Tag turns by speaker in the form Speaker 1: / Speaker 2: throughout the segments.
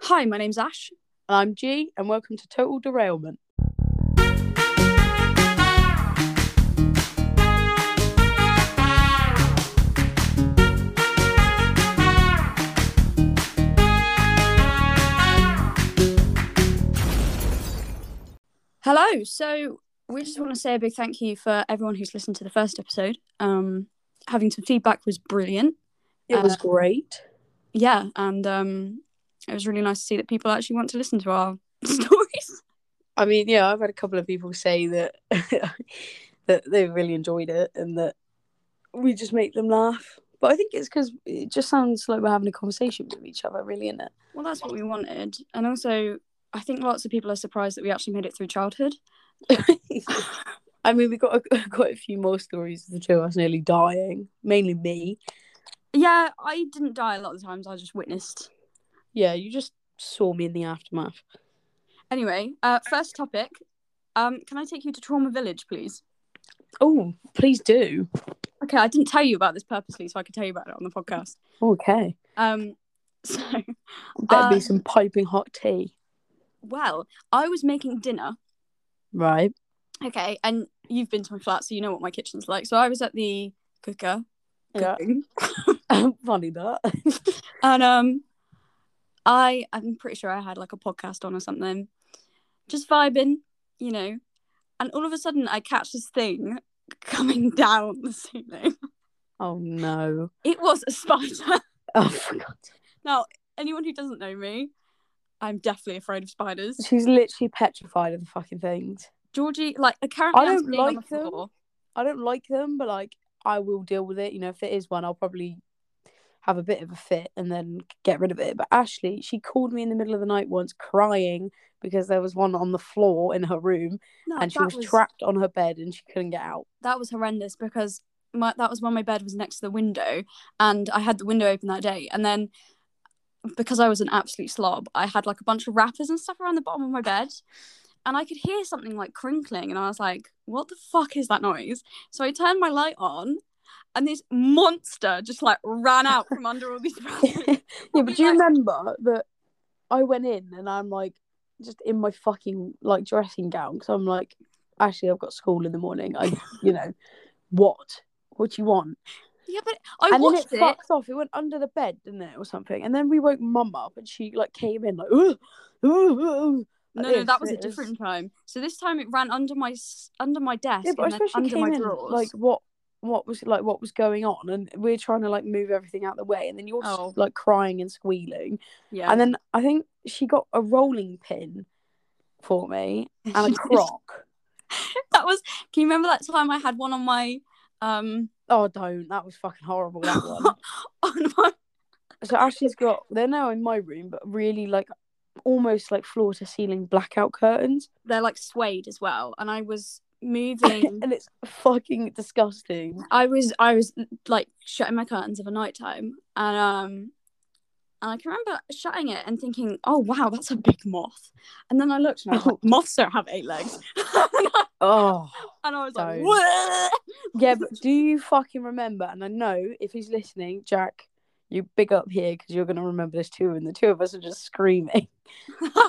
Speaker 1: Hi, my name's Ash. And I'm G, and welcome to Total Derailment. Hello. So we just want to say a big thank you for everyone who's listened to the first episode. Um, having some feedback was brilliant.
Speaker 2: It was
Speaker 1: Uh,
Speaker 2: great.
Speaker 1: Yeah, and um, it was really nice to see that people actually want to listen to our stories.
Speaker 2: I mean, yeah, I've had a couple of people say that that they really enjoyed it and that we just make them laugh. But I think it's because it just sounds like we're having a conversation with each other, really, isn't it?
Speaker 1: Well, that's what we wanted, and also I think lots of people are surprised that we actually made it through childhood.
Speaker 2: I mean, we got a, quite a few more stories of the two of us nearly dying, mainly me.
Speaker 1: Yeah, I didn't die a lot of the times. I just witnessed.
Speaker 2: Yeah, you just saw me in the aftermath.
Speaker 1: Anyway, uh, first topic. Um, can I take you to Trauma Village, please?
Speaker 2: Oh, please do.
Speaker 1: Okay, I didn't tell you about this purposely, so I could tell you about it on the podcast.
Speaker 2: Okay.
Speaker 1: Um, so,
Speaker 2: Better
Speaker 1: Uh,
Speaker 2: be some piping hot tea.
Speaker 1: well, I was making dinner.
Speaker 2: Right.
Speaker 1: Okay, and you've been to my flat, so you know what my kitchen's like. So I was at the cooker
Speaker 2: Yeah.
Speaker 1: cooking,
Speaker 2: Funny that.
Speaker 1: and um, I I'm pretty sure I had like a podcast on or something, just vibing, you know. And all of a sudden, I catch this thing coming down the ceiling.
Speaker 2: oh, no.
Speaker 1: It was a spider.
Speaker 2: Oh, for God's
Speaker 1: Now, anyone who doesn't know me, I'm definitely afraid of spiders.
Speaker 2: She's literally petrified of the fucking things.
Speaker 1: Georgie, like currently,
Speaker 2: I
Speaker 1: I'm
Speaker 2: don't
Speaker 1: sitting on the
Speaker 2: like them.
Speaker 1: floor.
Speaker 2: I don't like them, but like I will deal with it. You know, if there is one, I'll probably have a bit of a fit and then get rid of it. But Ashley, she called me in the middle of the night once crying because there was one on the floor in her room
Speaker 1: No,
Speaker 2: and she
Speaker 1: that
Speaker 2: was, trapped on her bed and she couldn't get out.
Speaker 1: that was horrendous because my that was when my bed was next to the window and I had the window open that day and then because I was an absolute slob I had like a bunch of wrappers and stuff around the bottom of my bed and I could hear something like crinkling and I was like what the fuck is that noise so I turned my light on and this monster just like ran out from under all these
Speaker 2: yeah,
Speaker 1: wrappers
Speaker 2: but do you
Speaker 1: Like-
Speaker 2: remember that I went in and I'm like just in my fucking like dressing gown because I'm like, Ashley, I've got school in the morning. I, you know, what? What do you want?
Speaker 1: yeah but I
Speaker 2: and then it,
Speaker 1: watched it,
Speaker 2: fucked off. It went under the bed, didn't it, or something? And then we woke mum up, and she like came in like, ooh, ooh, ooh.
Speaker 1: no
Speaker 2: like
Speaker 1: no that
Speaker 2: this,
Speaker 1: was a
Speaker 2: it was-
Speaker 1: different time so this time it ran under my s- under my desk
Speaker 2: Yeah, but I
Speaker 1: and then
Speaker 2: suppose she
Speaker 1: under my
Speaker 2: came in
Speaker 1: drawers
Speaker 2: like what, what was like, what was going on, and we're trying to like move everything out the way, and then you're s-
Speaker 1: Oh.
Speaker 2: like crying and squealing,
Speaker 1: yeah
Speaker 2: and then I think she got a rolling pin for me and a crock.
Speaker 1: that was can you remember that time I had one on my um
Speaker 2: oh, don't! That was fucking horrible. That one.
Speaker 1: on my
Speaker 2: so Ashley's got they're now in my room, but really like almost like floor to ceiling blackout curtains.
Speaker 1: they're like suede as well and I was moving
Speaker 2: and it's fucking disgusting.
Speaker 1: I was I was like shutting my curtains of a night time and um and I can remember shutting it and thinking, oh wow, that's a big moth. And then I looked and I was like, moths don't have eight legs. and
Speaker 2: Oh,
Speaker 1: I was like,
Speaker 2: Don't.
Speaker 1: what?
Speaker 2: yeah, but do you fucking remember? And I know if he's listening, Jack, you big up here because you're gonna remember this too. And the two of us are just screaming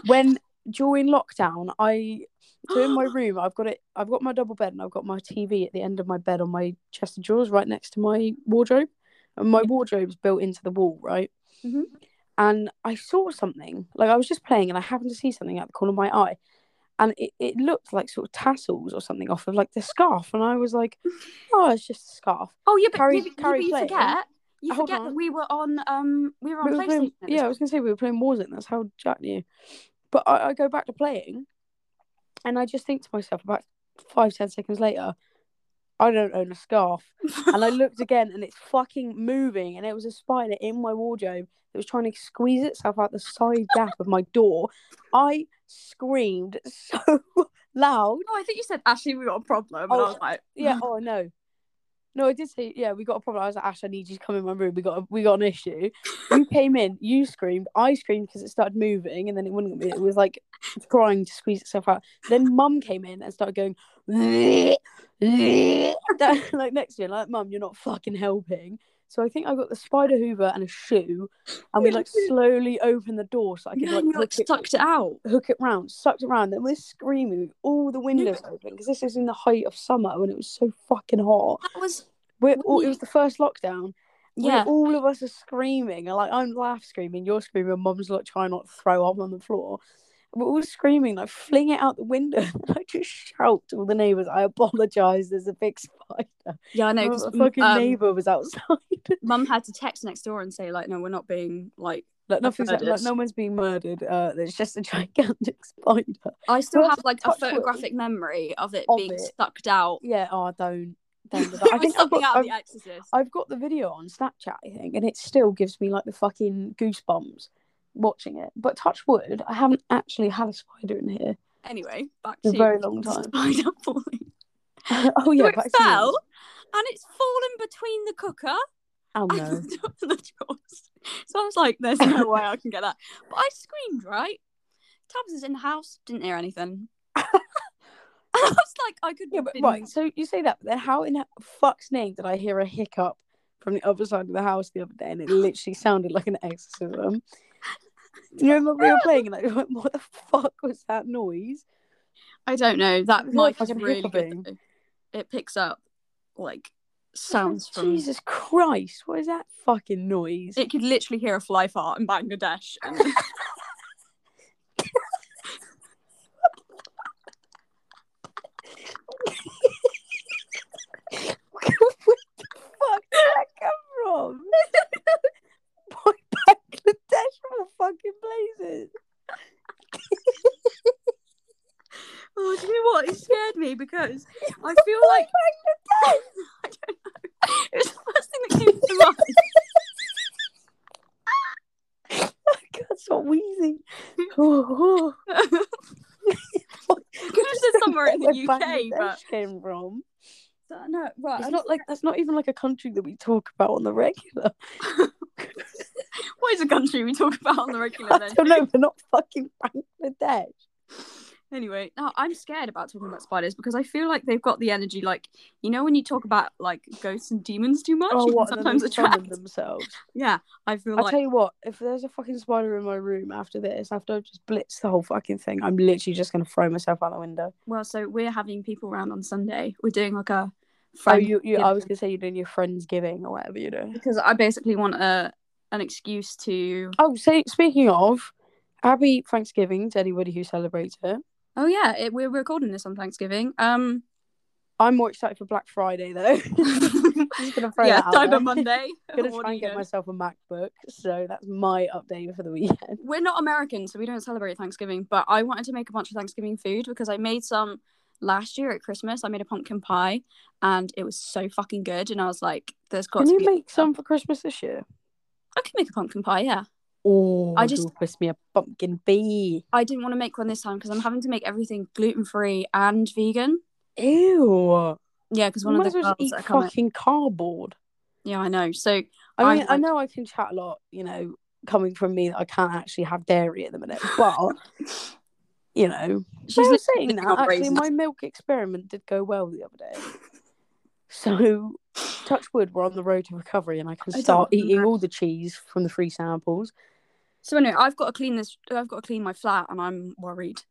Speaker 2: when during lockdown. I so in my room, I've got it. I've got my double bed and I've got my TV at the end of my bed on my chest of drawers, right next to my wardrobe, and my
Speaker 1: Yeah.
Speaker 2: wardrobe's built into the wall, right.
Speaker 1: Mhm.
Speaker 2: And I saw something. Like I was just playing, and I happened to see something out the corner of my eye. and it, it looked like sort of tassels or something off of like the scarf and i was like oh it's just a scarf
Speaker 1: Oh yeah, but,
Speaker 2: Carrie-
Speaker 1: yeah, but- yeah,
Speaker 2: Carrie
Speaker 1: but you
Speaker 2: Player.
Speaker 1: forget. You
Speaker 2: Hold
Speaker 1: forget
Speaker 2: on.
Speaker 1: that we were on um we were on
Speaker 2: We were
Speaker 1: PlayStation.
Speaker 2: playing-
Speaker 1: at this
Speaker 2: yeah i was going to say we were playing warzone that's how jack knew but I, I go back to playing and i just think to myself about five ten seconds later i don't own a scarf and i looked again and it's fucking moving and it was a spider in my wardrobe that was trying to squeeze itself out the side gap of my door i screamed so loud
Speaker 1: Oh, I think you said Ashley, we got a problem.
Speaker 2: Oh,
Speaker 1: and I was like,
Speaker 2: Yeah. Oh no. No, I did say. Yeah, we got a problem. I was like, Ash, I need you to come in my room. We got a, we got an issue. You came in. You screamed. I screamed because it started moving, and then it wouldn't. It was like trying to squeeze itself out. Then Mum came in and started going that, like next to you, like Mum, you're not fucking helping. So I think I got the spider hoover and a shoe, and we like slowly opened the door so I could
Speaker 1: Yeah,
Speaker 2: like,
Speaker 1: and we like
Speaker 2: hook it,
Speaker 1: sucked it out.
Speaker 2: hook it round, sucked it round. Then we're screaming with all the windows open because this is in the height of summer when it was so fucking hot.
Speaker 1: That was
Speaker 2: We're all, it
Speaker 1: Really?
Speaker 2: was the first lockdown. we're-
Speaker 1: yeah.
Speaker 2: all of us are screaming. and, Like I'm laugh screaming, you're screaming. Mum's like trying not to throw up on the floor. We're all screaming, like fling it out the window. And I just shout to all the neighbours, I apologise. There's a big spider.
Speaker 1: Yeah, I know.
Speaker 2: No, mm, um,
Speaker 1: Because
Speaker 2: Oh, a fucking neighbour was outside.
Speaker 1: mum had to text next door and say like, no, we're not being like.
Speaker 2: like nothing's
Speaker 1: murdered.
Speaker 2: like, no one's being murdered. Uh, there's just a gigantic spider.
Speaker 1: I still
Speaker 2: Well,
Speaker 1: have like a
Speaker 2: touch wood.
Speaker 1: photographic memory of it
Speaker 2: Of
Speaker 1: being
Speaker 2: it.
Speaker 1: sucked out.
Speaker 2: Yeah, oh, don't. don't do that. I
Speaker 1: It was
Speaker 2: think I've
Speaker 1: something
Speaker 2: got,
Speaker 1: out of
Speaker 2: I've,
Speaker 1: The Exorcist.
Speaker 2: I've got the video on Snapchat, I think, and it still gives me like the fucking goosebumps watching it. But touch wood, I haven't actually had a spider in here.
Speaker 1: Anyway, back
Speaker 2: A
Speaker 1: to
Speaker 2: very long time.
Speaker 1: Spider falling.
Speaker 2: oh
Speaker 1: So
Speaker 2: yeah,
Speaker 1: it
Speaker 2: back to you.
Speaker 1: fell, and it's fallen between the cooker
Speaker 2: Oh
Speaker 1: and
Speaker 2: no.
Speaker 1: the, and the drawers. So I was like, "There's no way I can get that." But I screamed, right? Tabs is in the house. Didn't hear anything. and I was like, I could.
Speaker 2: yeah,
Speaker 1: have
Speaker 2: but
Speaker 1: been-
Speaker 2: right. So you say that, but then how in the fuck's name did I hear a hiccup from the other side of the house the other day, and it literally sounded like an exorcism? You remember we were playing, and I was like, "What the fuck was that noise?"
Speaker 1: I don't know. That
Speaker 2: It's not
Speaker 1: mic is
Speaker 2: fucking
Speaker 1: really
Speaker 2: hiccuping.
Speaker 1: good. though. It picks up like sounds
Speaker 2: I was like,
Speaker 1: from.
Speaker 2: Oh, Jesus Christ! What is that fucking noise?
Speaker 1: It could literally hear a fly fart in Bangladesh. And...
Speaker 2: Where the fuck did that come from? Boy, Bangladesh all fucking places.
Speaker 1: oh, do you know what? It scared me because I feel like I don't know. It was the first thing that came to mind.
Speaker 2: God, stop wheezing. Oh,
Speaker 1: It could have said somewhere in the UK, but
Speaker 2: came from.
Speaker 1: no, right.
Speaker 2: It's not like that's not even like a country that we talk about on the regular.
Speaker 1: what is a country we talk about on the regular?
Speaker 2: I
Speaker 1: Then?
Speaker 2: don't know, but not fucking Bangladesh.
Speaker 1: Anyway, no, I'm scared about talking about spiders because I feel like they've got the energy. Like you know when you talk about like ghosts and demons too much, you can
Speaker 2: Oh, and then
Speaker 1: sometimes
Speaker 2: they summon
Speaker 1: attract.
Speaker 2: themselves.
Speaker 1: Yeah, I feel
Speaker 2: I'll
Speaker 1: like
Speaker 2: tell you what, if there's a fucking spider in my room after this, after I've just blitzed the whole fucking thing, I'm literally just gonna throw myself out the window.
Speaker 1: well. So we're having people round on Sunday. We're doing like a
Speaker 2: Oh,
Speaker 1: friend
Speaker 2: you, you
Speaker 1: Yeah.
Speaker 2: I was gonna say you're doing your friends giving or whatever you do.
Speaker 1: because I basically want a an excuse to.
Speaker 2: Oh, say speaking of, happy Thanksgiving to anybody who celebrates it.
Speaker 1: Oh yeah, it, we're recording this on Thanksgiving. Um,
Speaker 2: I'm more excited for Black Friday though. just gonna throw
Speaker 1: yeah,
Speaker 2: that out
Speaker 1: Cyber
Speaker 2: there.
Speaker 1: Monday.
Speaker 2: gonna
Speaker 1: What do
Speaker 2: try and
Speaker 1: you
Speaker 2: get
Speaker 1: know?
Speaker 2: myself a MacBook, so that's my update for the weekend.
Speaker 1: we're not American, so we don't celebrate Thanksgiving. But I wanted to make a bunch of Thanksgiving food because I made some last year at Christmas. I made a pumpkin pie, and it was so fucking good. And I was like, "There's got
Speaker 2: Can
Speaker 1: to
Speaker 2: you
Speaker 1: be."
Speaker 2: make some for Christmas this year?
Speaker 1: I can make a pumpkin pie. Yeah,
Speaker 2: Oh,
Speaker 1: I
Speaker 2: I
Speaker 1: just-
Speaker 2: just twist me a pumpkin bee.
Speaker 1: I didn't want to make one this time because I'm having to make everything gluten free and vegan.
Speaker 2: Ew!
Speaker 1: Yeah, because
Speaker 2: You
Speaker 1: one
Speaker 2: might
Speaker 1: of
Speaker 2: as
Speaker 1: the
Speaker 2: well
Speaker 1: girls
Speaker 2: just eat
Speaker 1: that are coming.
Speaker 2: fucking cardboard.
Speaker 1: Yeah, I know. So
Speaker 2: I
Speaker 1: I'm
Speaker 2: mean, I
Speaker 1: like-
Speaker 2: know I can chat a lot, you know, coming from me that I can't actually have dairy at the minute, but you know,
Speaker 1: she's
Speaker 2: well,
Speaker 1: like,
Speaker 2: saying
Speaker 1: living
Speaker 2: that
Speaker 1: on
Speaker 2: actually,
Speaker 1: raisins.
Speaker 2: my milk experiment did go well the other day. So, touch wood, we're on the road to recovery, and I can
Speaker 1: I don't
Speaker 2: start
Speaker 1: remember.
Speaker 2: eating all the cheese from the free samples.
Speaker 1: so anyway, I've got to clean this. I've got to clean my flat, and I'm worried.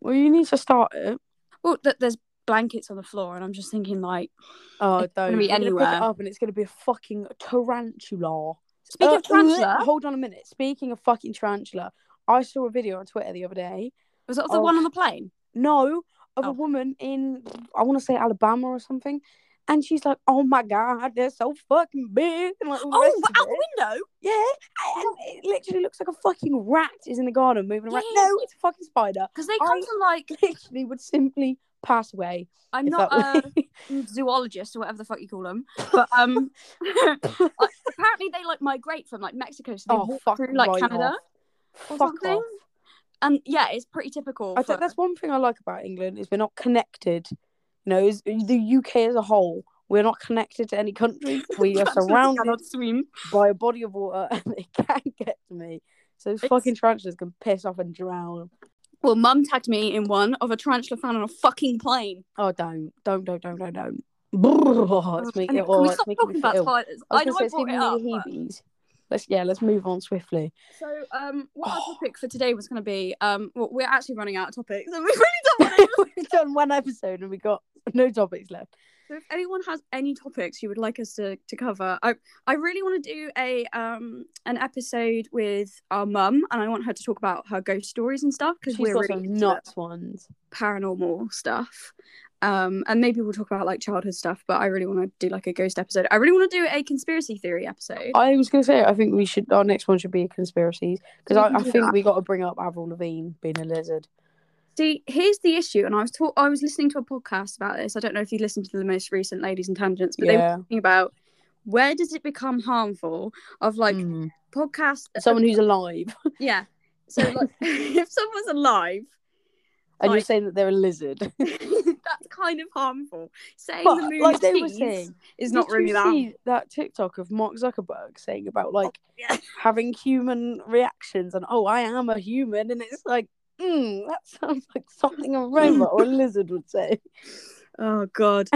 Speaker 2: Well, you need to start it.
Speaker 1: Well, th- there's blankets on the floor, and I'm just thinking like.
Speaker 2: Oh,
Speaker 1: It's gonna
Speaker 2: don't.
Speaker 1: be
Speaker 2: You're gonna pick
Speaker 1: anywhere.
Speaker 2: it up, and it's gonna be a fucking tarantula.
Speaker 1: Speaking
Speaker 2: Uh,
Speaker 1: of tarantula,
Speaker 2: bleh, hold on a minute. Speaking of fucking tarantula, I saw a video on Twitter the other day.
Speaker 1: was that the
Speaker 2: oh.
Speaker 1: one on the plane?
Speaker 2: No, of
Speaker 1: Oh.
Speaker 2: a woman in I want to say Alabama or something, and she's like, "Oh my god, they're so fucking big!" And like, all the
Speaker 1: Oh,
Speaker 2: rest
Speaker 1: out
Speaker 2: of it.
Speaker 1: the window.
Speaker 2: yeah, and it literally looks like a fucking rat is in the garden moving around.
Speaker 1: Yeah.
Speaker 2: No, it's a fucking spider.
Speaker 1: Because they come
Speaker 2: I-
Speaker 1: from like
Speaker 2: Literally, would simply pass away.
Speaker 1: I'm
Speaker 2: if
Speaker 1: not uh,
Speaker 2: that
Speaker 1: a zoologist or whatever the fuck you call them, but um, I- apparently they like migrate from like Mexico, so they
Speaker 2: Oh,
Speaker 1: walk
Speaker 2: fuck
Speaker 1: through like
Speaker 2: right
Speaker 1: Canada,
Speaker 2: off.
Speaker 1: or
Speaker 2: Fuck
Speaker 1: something.
Speaker 2: off.
Speaker 1: and yeah, it's pretty typical.
Speaker 2: I
Speaker 1: for-
Speaker 2: think that's one thing I like about England is we're not connected. You know, is the UK as a whole, we're not connected to any country. We are
Speaker 1: Tarantulas
Speaker 2: surrounded
Speaker 1: cannot swim.
Speaker 2: by a body of water, and it can't get to me. So those
Speaker 1: It's-
Speaker 2: fucking tarantulas can piss off and drown.
Speaker 1: Well, Mum tagged me in one of a tarantula found on a fucking plane.
Speaker 2: Oh, don't, don't, don't, don't, don't, don't. Brrr, it's
Speaker 1: Anyway, can
Speaker 2: making it
Speaker 1: we
Speaker 2: all. It's
Speaker 1: stop
Speaker 2: making
Speaker 1: talking
Speaker 2: me feel
Speaker 1: about
Speaker 2: ill.
Speaker 1: spiders?
Speaker 2: I, was
Speaker 1: I know
Speaker 2: gonna say,
Speaker 1: I
Speaker 2: it's
Speaker 1: brought it
Speaker 2: giving me
Speaker 1: up.
Speaker 2: the
Speaker 1: but-
Speaker 2: heebies. Let's yeah, let's move on swiftly.
Speaker 1: So, um, what our
Speaker 2: Oh.
Speaker 1: topic for today was going to be, um, well, we're actually running out of topics, and we really don't want to.
Speaker 2: We've done one episode and we got no topics left.
Speaker 1: So, if anyone has any topics you would like us to, to cover, I I really want to do a um an episode with our mum, and I want her to talk about her ghost stories and stuff because
Speaker 2: She's
Speaker 1: we're
Speaker 2: got
Speaker 1: really
Speaker 2: some
Speaker 1: into
Speaker 2: nuts ones.
Speaker 1: paranormal stuff. Um, and maybe we'll talk about like childhood stuff, but I really want to do like a ghost episode. I really want to do a conspiracy theory episode.
Speaker 2: I was gonna say I think we should our next one should be conspiracies because
Speaker 1: We
Speaker 2: I,
Speaker 1: can
Speaker 2: I
Speaker 1: do
Speaker 2: think
Speaker 1: that.
Speaker 2: we got to bring up Avril Lavigne being a lizard.
Speaker 1: See, here's the issue, and I was ta- I was listening to a podcast about this. I don't know if you listened to the most recent Ladies and Tangents, but they were
Speaker 2: Yeah,
Speaker 1: talking about where does it become harmful of like
Speaker 2: Mm.
Speaker 1: podcasts.
Speaker 2: someone who's alive
Speaker 1: yeah. So like, if someone's alive,
Speaker 2: and you're
Speaker 1: Like-
Speaker 2: saying that they're a lizard.
Speaker 1: that's kind of harmful. Saying the
Speaker 2: But,
Speaker 1: moon
Speaker 2: like
Speaker 1: like
Speaker 2: they were
Speaker 1: cheese
Speaker 2: saying,
Speaker 1: is not
Speaker 2: Did
Speaker 1: really
Speaker 2: you
Speaker 1: that. Oh,
Speaker 2: see that TikTok of Mark Zuckerberg saying about like
Speaker 1: yeah.
Speaker 2: having human reactions and oh I am a human and it's like mm, that sounds like something a robot or a lizard would say.
Speaker 1: Oh god.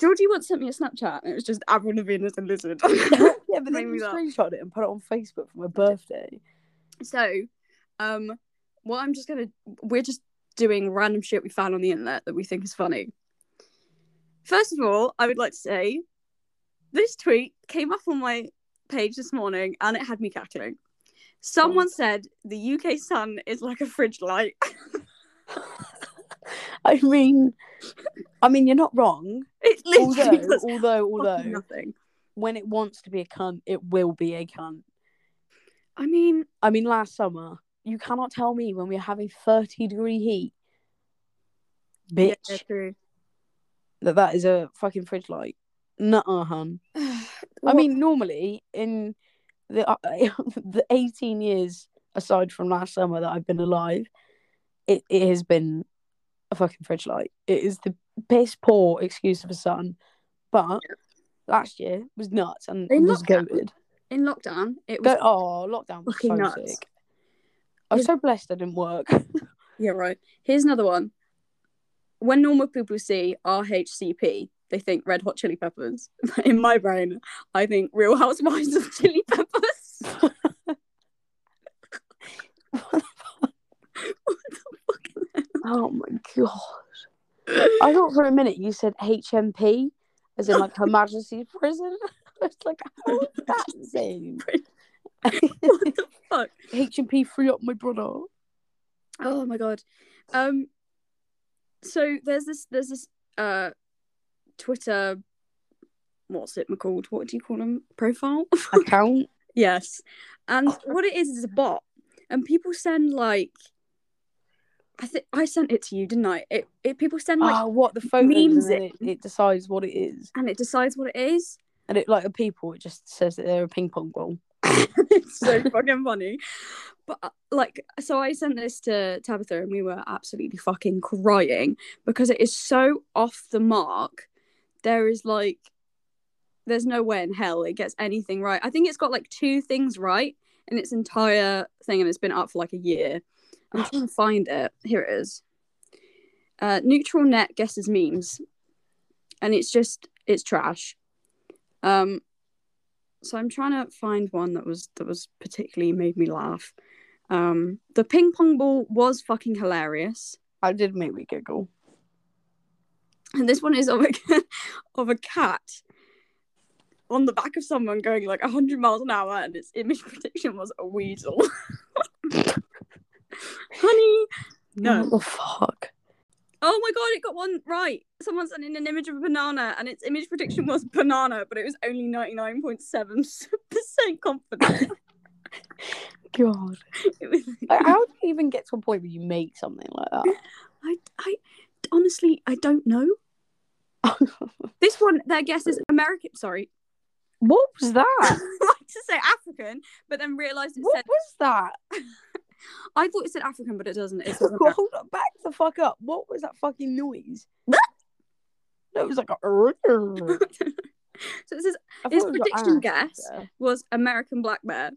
Speaker 1: Georgie once sent me a Snapchat, and it was just Avril Lavigne as a lizard.
Speaker 2: yeah, but
Speaker 1: Made
Speaker 2: then
Speaker 1: me
Speaker 2: you
Speaker 1: laugh.
Speaker 2: screenshot it and put it on Facebook for my birthday.
Speaker 1: So, um, what I'm just gonna we're just doing random shit we found on the internet that we think is funny. First of all, I would like to say this tweet came up on my page this morning and it had me cackling. Someone said the UK sun is like a fridge light.
Speaker 2: I mean, I mean, you're not wrong.
Speaker 1: it literally
Speaker 2: Although,
Speaker 1: does
Speaker 2: although,
Speaker 1: fucking
Speaker 2: although,
Speaker 1: nothing.
Speaker 2: when it wants to be a cunt, it will be a cunt.
Speaker 1: I mean,
Speaker 2: I mean, last summer, you cannot tell me when we were having 30 degree heat, bitch,
Speaker 1: yeah, true.
Speaker 2: that that is a fucking fridge light. Nuh-uh, hun. I
Speaker 1: What-
Speaker 2: mean, normally in the uh, the 18 years aside from last summer that I've been alive, it, it has been a fucking fridge light. It is the piss poor excuse of a sun, but last year was nuts and
Speaker 1: In
Speaker 2: was
Speaker 1: lockdown,
Speaker 2: goated.
Speaker 1: in lockdown, it was
Speaker 2: Go- oh, lockdown was
Speaker 1: fucking
Speaker 2: so
Speaker 1: nuts.
Speaker 2: sick. I was
Speaker 1: Yeah.
Speaker 2: so blessed I didn't work.
Speaker 1: Yeah, right. Here's another one. When normal people see RHCP, they think Red Hot Chili Peppers. In my brain, I think Real Housewives of Chili Peppers.
Speaker 2: oh my god! I thought for a minute you said HMP, as in like Her Majesty's Prison. I was like, how is that the same?
Speaker 1: what the fuck?
Speaker 2: HMP free up my brother.
Speaker 1: Oh my god. Um. So there's this there's this uh, Twitter. What's it called? What do you call them? Profile.
Speaker 2: Account.
Speaker 1: Yes. And what it is is a bot. And people send like I think I sent it to you, didn't I? It, it people send like
Speaker 2: Ah, what the photos
Speaker 1: memes
Speaker 2: memes and then it, it decides what it is,
Speaker 1: and it decides what it is.
Speaker 2: and it like a people. It just says that they're a ping pong ball.
Speaker 1: it's so fucking funny. But uh, like so I sent this to Tabitha and we were absolutely fucking crying because it is so off the mark. There is like there's no way in hell it gets anything right. I think it's got like two things right in its entire thing, and it's been up for like a year. I'm trying to find it. Here it is. Uh, Neutral Net guesses memes, and it's just it's trash. Um, so I'm trying to find one that was that was particularly made me laugh. Um, the ping pong ball was fucking hilarious.
Speaker 2: That did make me giggle.
Speaker 1: And this one is of a of a cat on the back of someone going like 100 miles an hour, and its image prediction was a weasel. Honey, No.
Speaker 2: What the fuck?
Speaker 1: oh my god, it got one right. Someone sent in an image of a banana, and its image prediction was banana, but it was only 99.7% confident.
Speaker 2: God.
Speaker 1: It was-
Speaker 2: Like, how do you even get to a point where you make something like
Speaker 1: I, I honestly, I don't know.
Speaker 2: that?
Speaker 1: This one, their guess is American. Sorry,
Speaker 2: what was
Speaker 1: I
Speaker 2: that?
Speaker 1: wanted to say African, but then realised it said.
Speaker 2: What was that?
Speaker 1: I thought it said African, but it doesn't. It says American.
Speaker 2: Hold up, back the fuck up. What was that fucking noise? No, it was like a. I
Speaker 1: so it says
Speaker 2: thought
Speaker 1: his
Speaker 2: it was like,
Speaker 1: prediction
Speaker 2: ah,
Speaker 1: guess
Speaker 2: yeah.
Speaker 1: was American black bear,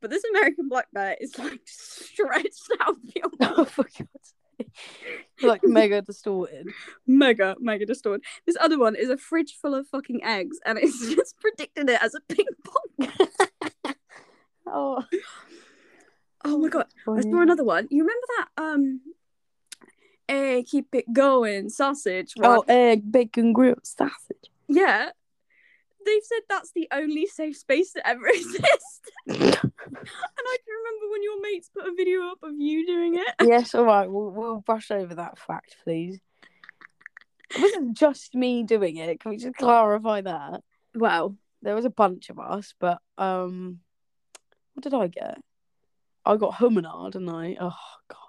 Speaker 1: but this American black bear is like stretched out beyond.
Speaker 2: Oh, for God's sake. like mega distorted.
Speaker 1: mega, mega distorted. This other one is a fridge full of fucking eggs, and it's just predicted it as a ping pong.
Speaker 2: Oh,
Speaker 1: Oh my god. I saw
Speaker 2: funny.
Speaker 1: another one. You remember that um Hey, keep it going, sausage. one?
Speaker 2: Oh, egg, bacon, grilled sausage.
Speaker 1: Yeah. They've said that's the only safe space that ever exists. And I can remember when your mates put a video up of you doing it.
Speaker 2: yes, all right. We'll, we'll brush over that fact, please. It wasn't just me doing it. Can we just clarify that?
Speaker 1: Wow.
Speaker 2: There was a bunch of us, but um, what did I get? I got hominard, and I oh god.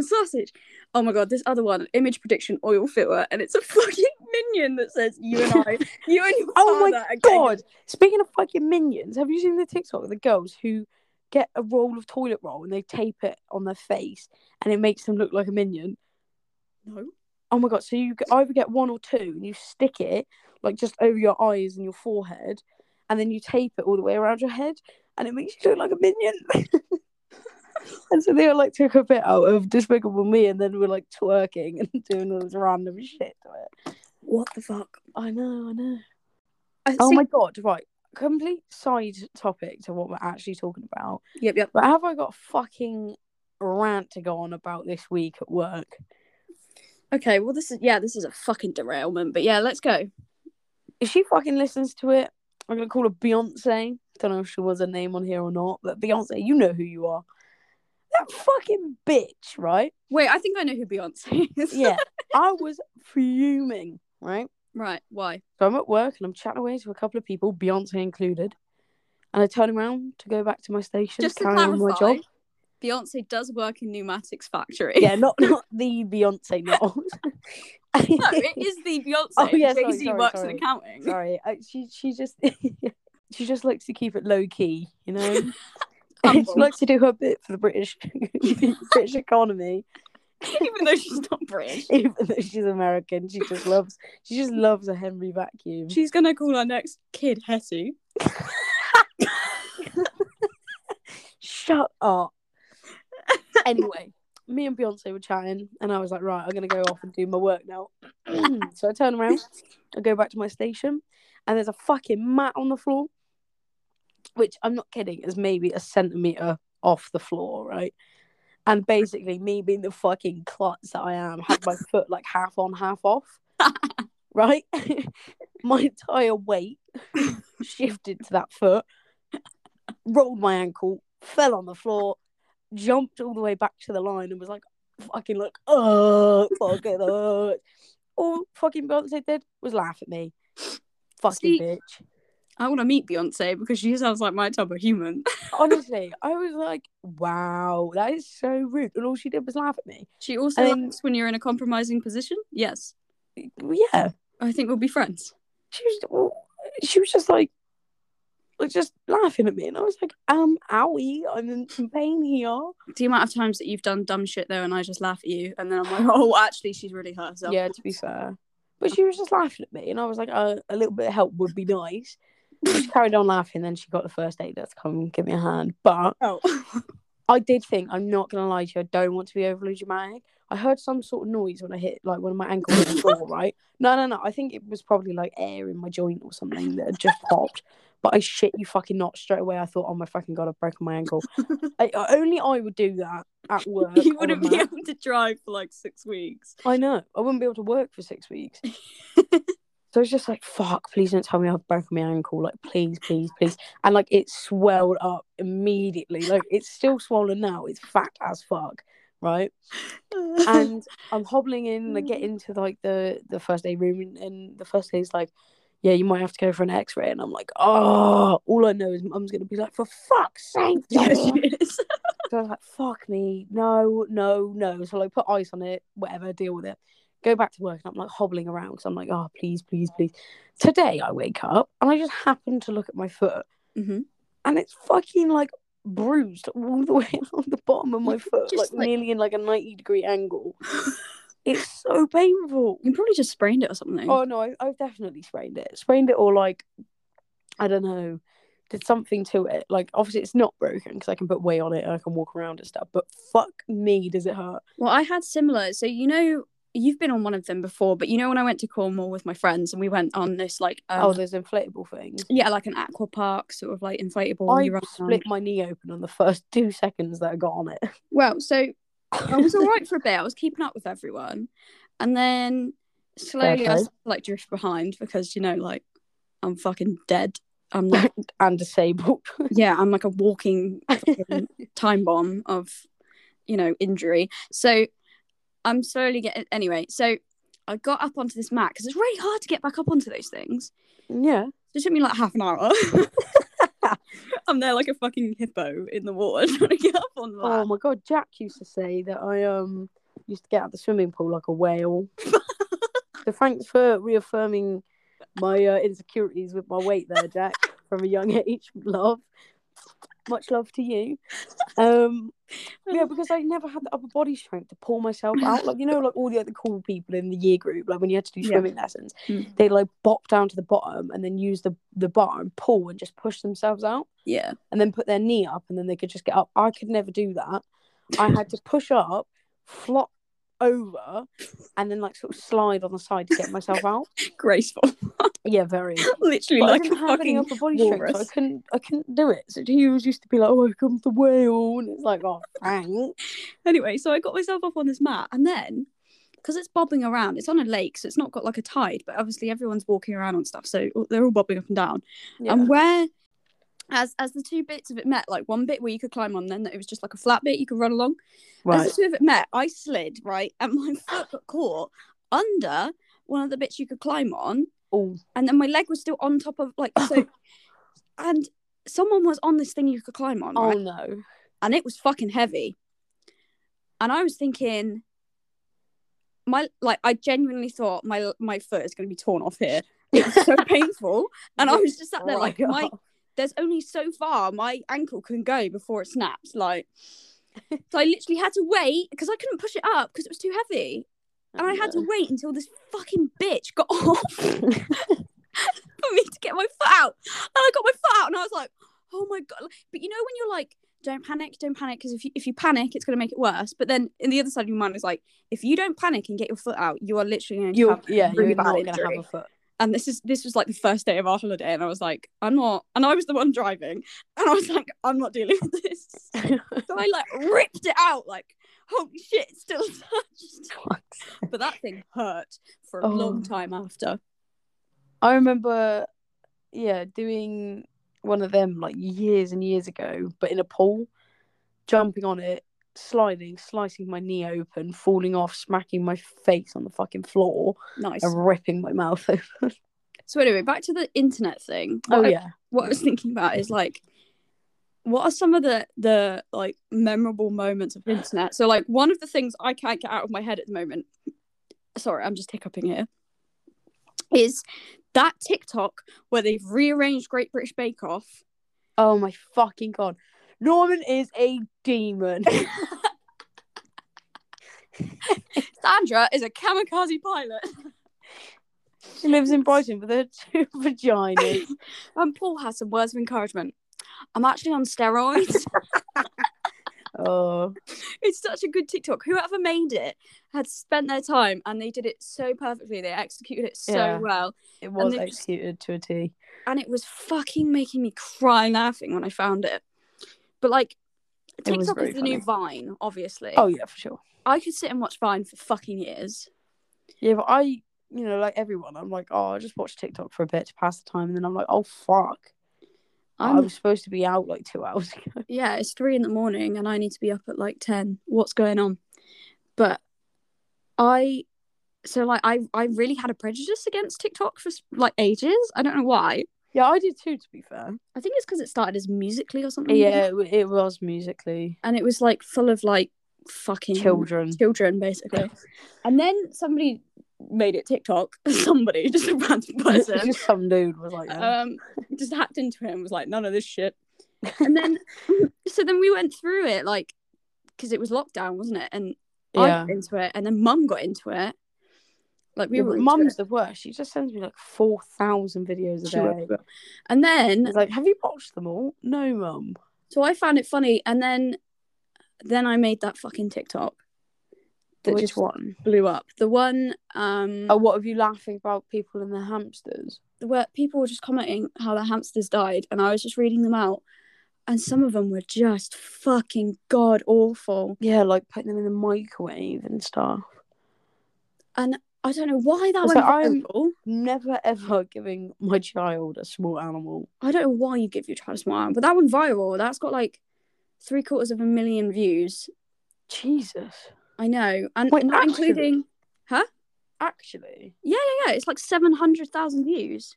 Speaker 1: Sausage. Oh my god, this other one, image prediction oil filter, and it's a fucking minion that says you and I, you and your
Speaker 2: Oh my
Speaker 1: father are getting-"
Speaker 2: God, speaking of fucking minions, have you seen the TikTok of the girls who get a roll of toilet roll and they tape it on their face and it makes them look like a minion?
Speaker 1: No.
Speaker 2: Oh my God! So you get- either get one or two and you stick it like just over your eyes and your forehead, and then you tape it all the way around your head and it makes you look like a minion. and so they like took a bit out of Despicable Me and then were like twerking and doing all this random shit to it.
Speaker 1: What the fuck?
Speaker 2: I know, I know.
Speaker 1: I
Speaker 2: Oh
Speaker 1: see-
Speaker 2: my god, right. Complete side topic to what we're actually talking about.
Speaker 1: Yep, yep.
Speaker 2: But have I got a fucking rant to go on about this week at work?
Speaker 1: Okay, well this is yeah, this is a fucking derailment, but yeah, let's go.
Speaker 2: If she fucking listens to it, I'm gonna call her Beyonce. Don't know if she was her name on here or not, but Beyonce, you know who you are. That fucking bitch, right?
Speaker 1: Wait, I think I know who Beyonce is.
Speaker 2: Yeah. I was fuming, right?
Speaker 1: Right, why?
Speaker 2: So I'm at work and I'm chatting away to a couple of people, Beyonce included. And I turn around to go back to my station,
Speaker 1: Just to
Speaker 2: carry on my
Speaker 1: clarify,
Speaker 2: job.
Speaker 1: Beyonce does work in Pneumatics Factory.
Speaker 2: yeah, not not the Beyonce Knowles.
Speaker 1: no, it is the Beyonce.
Speaker 2: Oh, yeah, sorry,
Speaker 1: Jay-Z
Speaker 2: sorry,
Speaker 1: works
Speaker 2: sorry.
Speaker 1: in accounting.
Speaker 2: Sorry, I, she she just she just likes to keep it low key, you know. she
Speaker 1: Humble.
Speaker 2: likes to do her bit for the British British economy,
Speaker 1: Even though she's not British.
Speaker 2: even though she's American. She just loves she just loves a Henry vacuum.
Speaker 1: She's gonna call our next kid Hetty.
Speaker 2: Shut up. anyway, me and Beyonce were chatting, and I was like, right, I'm going to go off and do my work now. so I turn around, I go back to my station, and there's a fucking mat on the floor, which I'm not kidding, is maybe a centimetre off the floor, right? And basically, me being the fucking klutz that I am, had my foot like half on, half off, right? my entire weight shifted to that foot rolled my ankle, fell on the floor, jumped all the way back to the line, and was like, fucking like, oh, fucking, oh. All fucking Beyonce did was laugh at me. Fucking
Speaker 1: See-
Speaker 2: bitch.
Speaker 1: I wanna meet Beyonce because she sounds like my type of human.
Speaker 2: Honestly, I was like, wow, that is so rude. And all she did was laugh at me.
Speaker 1: She also
Speaker 2: Um,
Speaker 1: laughs when you're in a compromising position. Yes.
Speaker 2: Yeah.
Speaker 1: I think we'll be friends.
Speaker 2: She was, she was just like, like just laughing at me. And I was like, um, owie, I'm in some pain here.
Speaker 1: The amount of times that you've done dumb shit though and I just laugh at you and then I'm like, oh actually she's really hurt herself.
Speaker 2: Yeah, to be fair. But she was just laughing at me, and I was like, uh, a little bit of help would be nice. She carried on laughing, then she got the first aider to come and give me a hand. But
Speaker 1: Oh.
Speaker 2: I did think, I'm not going to lie to you, I don't want to be overly dramatic. I heard some sort of noise when I hit, like, when my ankle hit the floor, right? No, no, no. I think it was probably like air in my joint or something that had just popped. But I shit you fucking not straight away. I thought, oh my fucking God, I've broken my ankle. I, I- only I would do that at work. on
Speaker 1: you
Speaker 2: a
Speaker 1: wouldn't
Speaker 2: mat.
Speaker 1: be able to drive for like six weeks.
Speaker 2: I know. I wouldn't be able to work for six weeks. so I was just like, fuck, please don't tell me I've broken my ankle. Like, please, please, please. And like, it swelled up immediately. Like, it's still swollen now. It's fat as fuck. Right. And I'm hobbling in, I get into like the, the first aid room, and, and the first aid's like, yeah, you might have to go for an x ray. And I'm like, oh, all I know is mum's going to be like, for fuck's sake.
Speaker 1: Yes,
Speaker 2: Diana."
Speaker 1: she is.
Speaker 2: So I was like, fuck me. No, no, no. So like put ice on it, whatever, deal with it. Go back to work and I'm like hobbling around because I'm like, oh, please, please, please. Today I wake up and I just happen to look at my foot
Speaker 1: Mhm.
Speaker 2: and it's fucking like bruised all the way on the bottom of my foot,
Speaker 1: Just,
Speaker 2: like,
Speaker 1: like-
Speaker 2: nearly in like a 90 degree angle. It's so painful.
Speaker 1: You probably just sprained it or something.
Speaker 2: Oh no, I, I've definitely sprained it. Sprained it or like, I don't know, did something to it. Like, obviously, it's not broken because I can put weight on it and I can walk around and stuff. But fuck me, does it hurt?
Speaker 1: Well, I had similar. So you know, you've been on one of them before, but you know when I went to Cornwall with my friends and we went on this like um,
Speaker 2: oh, those inflatable things.
Speaker 1: yeah, like an aqua park sort of like inflatable.
Speaker 2: I
Speaker 1: you run around.
Speaker 2: split my knee open on the first two seconds that I got on it.
Speaker 1: Well, so I was all right for a bit. I was keeping up with everyone, and then slowly I
Speaker 2: play.
Speaker 1: started, to, like drift behind because you know, like I'm fucking dead. I'm like,
Speaker 2: and disabled.
Speaker 1: yeah, I'm like a walking fucking time bomb of, you know, injury. So I'm slowly getting anyway. So I got up onto this mat because it's really hard to get back up onto those things.
Speaker 2: yeah.
Speaker 1: It took me like half an hour. I'm there like a fucking hippo in the water trying to get up on the
Speaker 2: Oh
Speaker 1: mat.
Speaker 2: my god, Jack used to say that I um used to get out of the swimming pool like a whale. so thanks for reaffirming my uh, insecurities with my weight there, Jack, from a young age. Love. Much love to you. Um yeah, because I never had the upper body strength to pull myself out. Like you know, like all the other cool people in the year group, like when you had to do
Speaker 1: Yeah.
Speaker 2: swimming lessons,
Speaker 1: Mm.
Speaker 2: they like bop down to the bottom and then use the the bar and pull and just push themselves out
Speaker 1: Yeah.
Speaker 2: and then put their knee up and then they could just get up. I could never do that. I had to push up, flop over, and then like sort of slide on the side to get myself out.
Speaker 1: Graceful.
Speaker 2: Yeah, very.
Speaker 1: Literally
Speaker 2: But I
Speaker 1: like a
Speaker 2: didn't have any
Speaker 1: fucking
Speaker 2: upper body strength, so I
Speaker 1: walrus.
Speaker 2: couldn't. I couldn't do it. So he was used to be like, "Oh, I come the whale," and it's like, "Oh, thanks."
Speaker 1: Anyway, so I got myself up on this mat, and then because it's bobbing around, it's on a lake, so it's not got like a tide, but obviously everyone's walking around and stuff, so oh, they're all bobbing up and down.
Speaker 2: Yeah.
Speaker 1: And where, as as the two bits of it met, like one bit where you could climb on, then it was just like a flat bit you could run along.
Speaker 2: right.
Speaker 1: As the two of it met, I slid right, and my foot got caught under one of the bits you could climb on,
Speaker 2: Oh,
Speaker 1: and then my leg was still on top of like so, and someone was on this thing you could climb on.
Speaker 2: oh
Speaker 1: right?
Speaker 2: no.
Speaker 1: and it was fucking heavy. And I was thinking, my like I genuinely thought my my foot is going to be torn off here. It was so painful, and I was just sat there like,
Speaker 2: Right
Speaker 1: my
Speaker 2: up.
Speaker 1: there's only so far my ankle can go before it snaps. Like, so I literally had to wait because I couldn't push it up because it was too heavy, and I had
Speaker 2: Oh,
Speaker 1: to wait until this fucking bitch got off
Speaker 2: to.
Speaker 1: for me to get my foot out. And I got my foot out and I was like, oh my god. But you know when you're like, don't panic, don't panic, because if you if you panic, it's gonna make it worse. But then in the other side of your mind is like, if you don't panic and get your foot out, you are literally going to
Speaker 2: You're,
Speaker 1: have
Speaker 2: yeah,
Speaker 1: really
Speaker 2: you're
Speaker 1: bad
Speaker 2: not going to
Speaker 1: injury.
Speaker 2: have a foot.
Speaker 1: And this is this was like the first day of our holiday, and I was like, I'm not and I was the one driving, and I was like, I'm not dealing with this. so I like ripped it out, like, holy shit, it's still touched. But that thing hurt for a
Speaker 2: Oh.
Speaker 1: long time after.
Speaker 2: I remember, yeah, doing one of them like years and years ago, but in a pool, jumping on it, sliding, slicing my knee open, falling off, smacking my face on the fucking floor,
Speaker 1: Nice.
Speaker 2: and ripping my mouth open.
Speaker 1: So anyway, back to the internet thing.
Speaker 2: Oh
Speaker 1: What I-
Speaker 2: yeah,
Speaker 1: what I was thinking about is like, what are some of the the like memorable moments of the internet? So like one of the things I can't get out of my head at the moment. Sorry, I'm just hiccuping here. Is that TikTok where they've rearranged Great British Bake Off?
Speaker 2: oh my fucking god, Norman is a demon.
Speaker 1: Sandra is a kamikaze pilot,
Speaker 2: she lives in Brighton with her two vaginas.
Speaker 1: and Paul has some words of encouragement. I'm actually on steroids.
Speaker 2: Oh,
Speaker 1: it's such a good TikTok. Whoever made it had spent their time, and they did it so perfectly. They executed it so
Speaker 2: Yeah.
Speaker 1: well.
Speaker 2: it was
Speaker 1: they just-
Speaker 2: executed to a T.
Speaker 1: and it was fucking making me cry laughing when I found it. But like,
Speaker 2: It was
Speaker 1: TikTok
Speaker 2: very
Speaker 1: is the new Vine, obviously.
Speaker 2: Oh yeah, for sure.
Speaker 1: I could sit and watch Vine for fucking years.
Speaker 2: Yeah, but I, you know, like everyone, I'm like, oh, I just watch TikTok for a bit to pass the time, and then I'm like, oh fuck, i
Speaker 1: I'm,
Speaker 2: was supposed to be out like two hours ago.
Speaker 1: yeah, it's three in the morning and I need to be up at like ten. What's going on? But I, so like, I I really had a prejudice against TikTok for like ages. I don't know why.
Speaker 2: Yeah, I did too. To be fair,
Speaker 1: I think it's because it started as musically or something.
Speaker 2: yeah, it, w- it was musically
Speaker 1: and it was like full of like fucking
Speaker 2: children.
Speaker 1: children basically and then somebody made it tiktok somebody just a random person
Speaker 2: just some dude was like, uh, yeah.
Speaker 1: um just hacked into it and was like none of this shit and then so then we went through it like because it was lockdown wasn't it and i
Speaker 2: yeah,
Speaker 1: got into it and then mum got into it Like we
Speaker 2: Yeah,
Speaker 1: were
Speaker 2: but
Speaker 1: into
Speaker 2: mum's
Speaker 1: it.
Speaker 2: the worst. She just sends me like four thousand videos a
Speaker 1: She would,
Speaker 2: day.
Speaker 1: but- and then
Speaker 2: It's like, have you watched them all? No, mum.
Speaker 1: so I found it funny, and then then I made that fucking TikTok that
Speaker 2: Which
Speaker 1: just
Speaker 2: one?
Speaker 1: blew up. The one um
Speaker 2: Oh, what are you laughing about? People and their hamsters.
Speaker 1: where people were just commenting how their hamsters died, and I was just reading them out, and some of them were just fucking god awful.
Speaker 2: Yeah, like putting them in the microwave and stuff.
Speaker 1: I don't know why that
Speaker 2: So
Speaker 1: went
Speaker 2: I'm-
Speaker 1: viral.
Speaker 2: Never ever giving my child a small animal.
Speaker 1: I don't know why you give your child a small arm, but that went viral. That's got like three quarters of a million views.
Speaker 2: Jesus.
Speaker 1: I know, and
Speaker 2: Wait,
Speaker 1: not
Speaker 2: actually-
Speaker 1: including
Speaker 2: Actually,
Speaker 1: yeah, it's like seven hundred thousand views.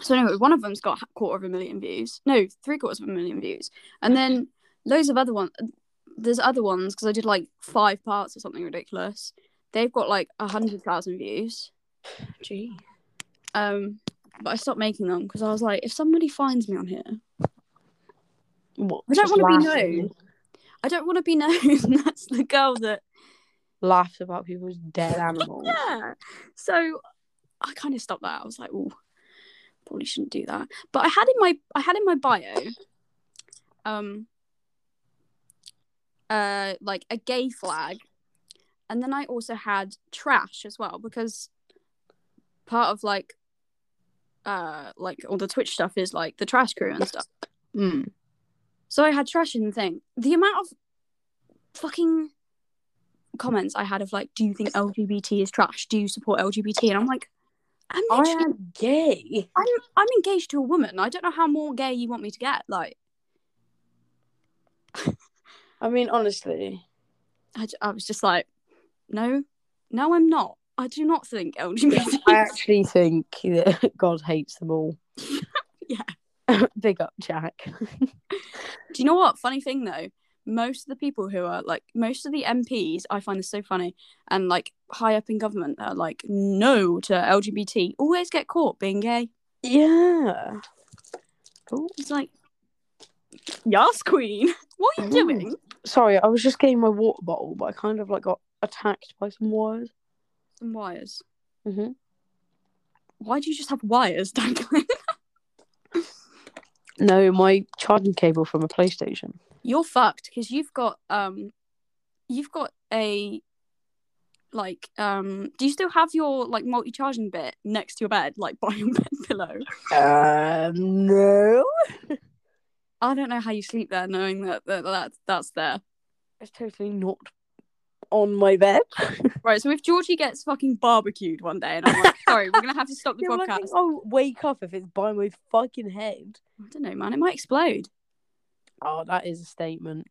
Speaker 1: So anyway, one of them's got a quarter of a million views. No, three quarters of a million views, and then loads of other ones. There's other ones because I did like five parts or something ridiculous. They've got like a hundred thousand views.
Speaker 2: gee.
Speaker 1: Um, but I stopped making them because I was like, if somebody finds me on here,
Speaker 2: What?
Speaker 1: I don't
Speaker 2: just
Speaker 1: wanna be
Speaker 2: laughs-
Speaker 1: known. I don't want to be known. That's the girl that
Speaker 2: Laughs about people's dead animals.
Speaker 1: Yeah. So I kind of stopped that. I was like, oh, probably shouldn't do that. But I had in my I had in my bio um uh like a gay flag. And then I also had trash as well because part of like uh like all the Twitch stuff is like the trash crew and stuff.
Speaker 2: Mm.
Speaker 1: So I had trash in the thing. The amount of fucking comments I had of like, do you think LGBT is trash? Do you support LGBT? And I'm like, I'm
Speaker 2: I
Speaker 1: literally,
Speaker 2: am gay.
Speaker 1: I'm, I'm engaged to a woman. I don't know how more gay you want me to get. Like,
Speaker 2: I mean, honestly,
Speaker 1: I, j- I was just like, no, no, I'm not. I do not think LGBT.
Speaker 2: I actually think that God hates them all. Big up, Jack.
Speaker 1: Do you know what? Funny thing though, most of the people who are like most of the MPs, I find this so funny, and like high up in government that are like no to LGBT always get caught being gay.
Speaker 2: Yeah. Cool.
Speaker 1: It's like Yas Queen. What are you
Speaker 2: Ooh.
Speaker 1: doing?
Speaker 2: Sorry, I was just getting my water bottle, but I kind of like got attacked by some wires.
Speaker 1: Some wires.
Speaker 2: Mhm.
Speaker 1: Why do you just have wires dangling?
Speaker 2: No, my charging cable from a PlayStation.
Speaker 1: You're fucked because you've got um you've got a like um do you still have your like multi charging bit next to your bed, like by your bed pillow?
Speaker 2: Um, no.
Speaker 1: I don't know how you sleep there knowing that, that, that that's there.
Speaker 2: It's totally not on my bed.
Speaker 1: Right, so if Georgie gets fucking barbecued one day and I'm like, sorry, we're gonna have to stop the
Speaker 2: Yeah, well, I think
Speaker 1: podcast.
Speaker 2: I'll "Oh, wake up if it's by my fucking head.
Speaker 1: I don't know, man, it might explode.
Speaker 2: Oh, that is a statement.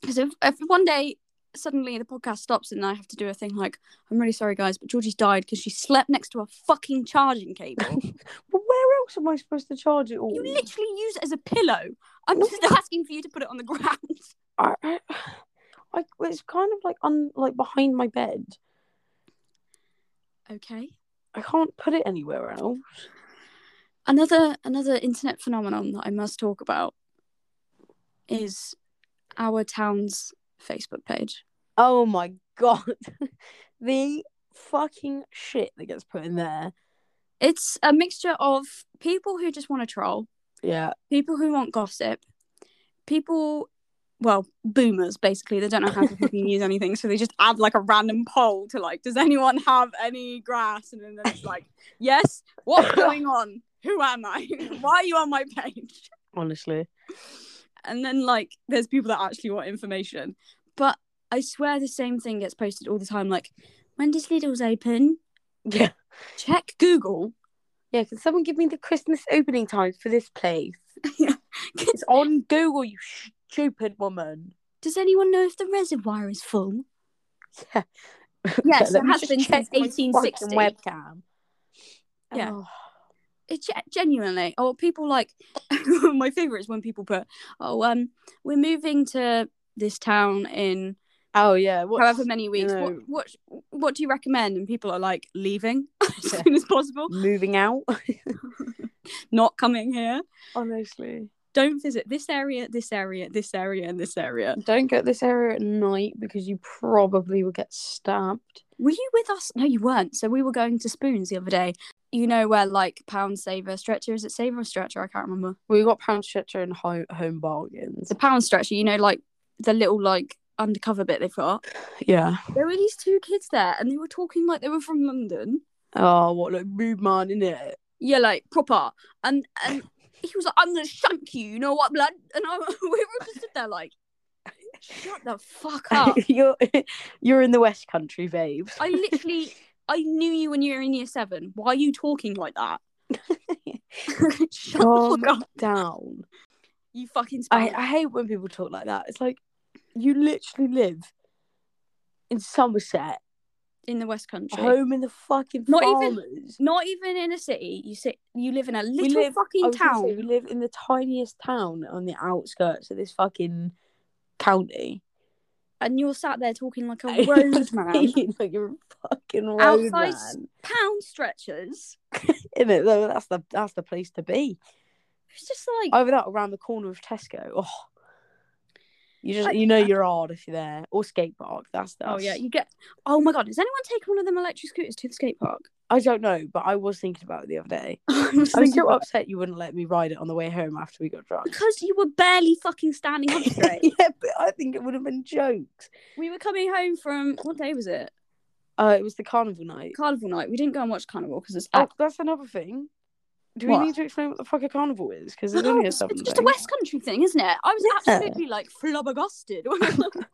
Speaker 1: Because if, if one day suddenly the podcast stops and I have to do a thing like, I'm really sorry, guys, but Georgie's died because she slept next to a fucking charging cable.
Speaker 2: But where else am I supposed to charge it all?
Speaker 1: Oh. you literally use it as a pillow. I'm just asking for you to put it on the ground.
Speaker 2: I, I, I, it's kind of like un, like behind my bed.
Speaker 1: Okay.
Speaker 2: I can't put it anywhere else.
Speaker 1: Another another internet phenomenon that I must talk about is our town's Facebook page.
Speaker 2: Oh my god, the fucking shit that gets put in there.
Speaker 1: It's a mixture of people who just want to troll,
Speaker 2: Yeah,
Speaker 1: people who want gossip, people, well, boomers basically. They don't know how to fucking use anything, so they just add like a random poll to like, does anyone have any grass? And then it's like, yes. What's going on? Who am I? Why are you on my page?
Speaker 2: honestly.
Speaker 1: And then like, there's people that actually want information, but I swear the same thing gets posted all the time. Like, when does Lidl's open?
Speaker 2: Yeah,
Speaker 1: Check Google.
Speaker 2: yeah. Can someone give me the Christmas opening times for this place?
Speaker 1: Yeah.
Speaker 2: it's on Google, you stupid woman.
Speaker 1: Does anyone know if the reservoir is full?
Speaker 2: Yeah.
Speaker 1: Yes,
Speaker 2: Let
Speaker 1: it
Speaker 2: me
Speaker 1: has
Speaker 2: just
Speaker 1: been
Speaker 2: check
Speaker 1: since
Speaker 2: my fucking
Speaker 1: 1860.
Speaker 2: Webcam.
Speaker 1: Yeah.
Speaker 2: Oh,
Speaker 1: It ge- genuinely. Or people like my favorite is when people put, "Oh, um, we're moving to this town in
Speaker 2: Oh, yeah. What's...
Speaker 1: however many weeks.
Speaker 2: know-
Speaker 1: What, what what do you recommend?" And people are like, "Leaving as
Speaker 2: Yeah.
Speaker 1: soon as possible,
Speaker 2: moving out.
Speaker 1: not coming here."
Speaker 2: Honestly.
Speaker 1: don't visit this area, this area, this area, and this area.
Speaker 2: Don't go to this area at night because you probably will get stabbed.
Speaker 1: Were you with us? No, you weren't. So we were going to Spoons the other day. You know where like Pound Saver Stretcher is it Saver or Stretcher? I can't remember.
Speaker 2: We got pound stretcher and home, home bargains.
Speaker 1: The Pound Stretcher. You know like the little like undercover bit they've got.
Speaker 2: Yeah.
Speaker 1: There were these two kids there, and they were talking like they were from London.
Speaker 2: Oh, what like rude man in it?
Speaker 1: Yeah, like proper. And and he was like, "I'm gonna shank you." You know what, blood? And I, we were just stood there like, "Shut the fuck up."
Speaker 2: you're you're in the West Country, babe.
Speaker 1: I literally, I knew you when you were in year seven. Why are you talking like that? Shut the
Speaker 2: Calm
Speaker 1: fuck up,
Speaker 2: down.
Speaker 1: you fucking
Speaker 2: Um, I,
Speaker 1: spank.
Speaker 2: I hate when people talk like that. It's like you literally live in Somerset,
Speaker 1: in the West Country.
Speaker 2: home in the fucking
Speaker 1: Not even-
Speaker 2: farmers.
Speaker 1: Not even in a city. You sit. You live in a little
Speaker 2: live- I
Speaker 1: fucking
Speaker 2: was gonna say,
Speaker 1: town.
Speaker 2: we live in the tiniest town on the outskirts of this fucking county.
Speaker 1: and you're sat there talking like
Speaker 2: I-
Speaker 1: a roadman.
Speaker 2: like you're a fucking
Speaker 1: Outside
Speaker 2: roadman.
Speaker 1: Pound stretchers.
Speaker 2: In it though, that's the that's the place to be.
Speaker 1: It's just like
Speaker 2: Over that around the corner of Tesco. Oh, you just
Speaker 1: I-
Speaker 2: you know you're hard if you're there. Or skate park. That's that's
Speaker 1: oh yeah, you get. Oh my god, does anyone take one of them electric scooters to the skate park?
Speaker 2: I don't know, but I was thinking about it the other day.
Speaker 1: I
Speaker 2: I was
Speaker 1: thinking
Speaker 2: so
Speaker 1: about-
Speaker 2: upset you wouldn't let me ride it on the way home after we got drunk.
Speaker 1: because you were barely fucking standing up straight.
Speaker 2: yeah, but I think it would have been jokes.
Speaker 1: we were coming home from what day was it?
Speaker 2: Uh, it was the carnival night.
Speaker 1: Carnival night. We didn't go and watch carnival because it's
Speaker 2: Oh, that's another thing. Do
Speaker 1: What?
Speaker 2: we need to explain what the fuck a carnival is? Because it's
Speaker 1: No,
Speaker 2: only a
Speaker 1: it's,
Speaker 2: seven
Speaker 1: it's just a West Country thing, isn't it? I was
Speaker 2: Yeah.
Speaker 1: absolutely like flabbergasted. when I looked at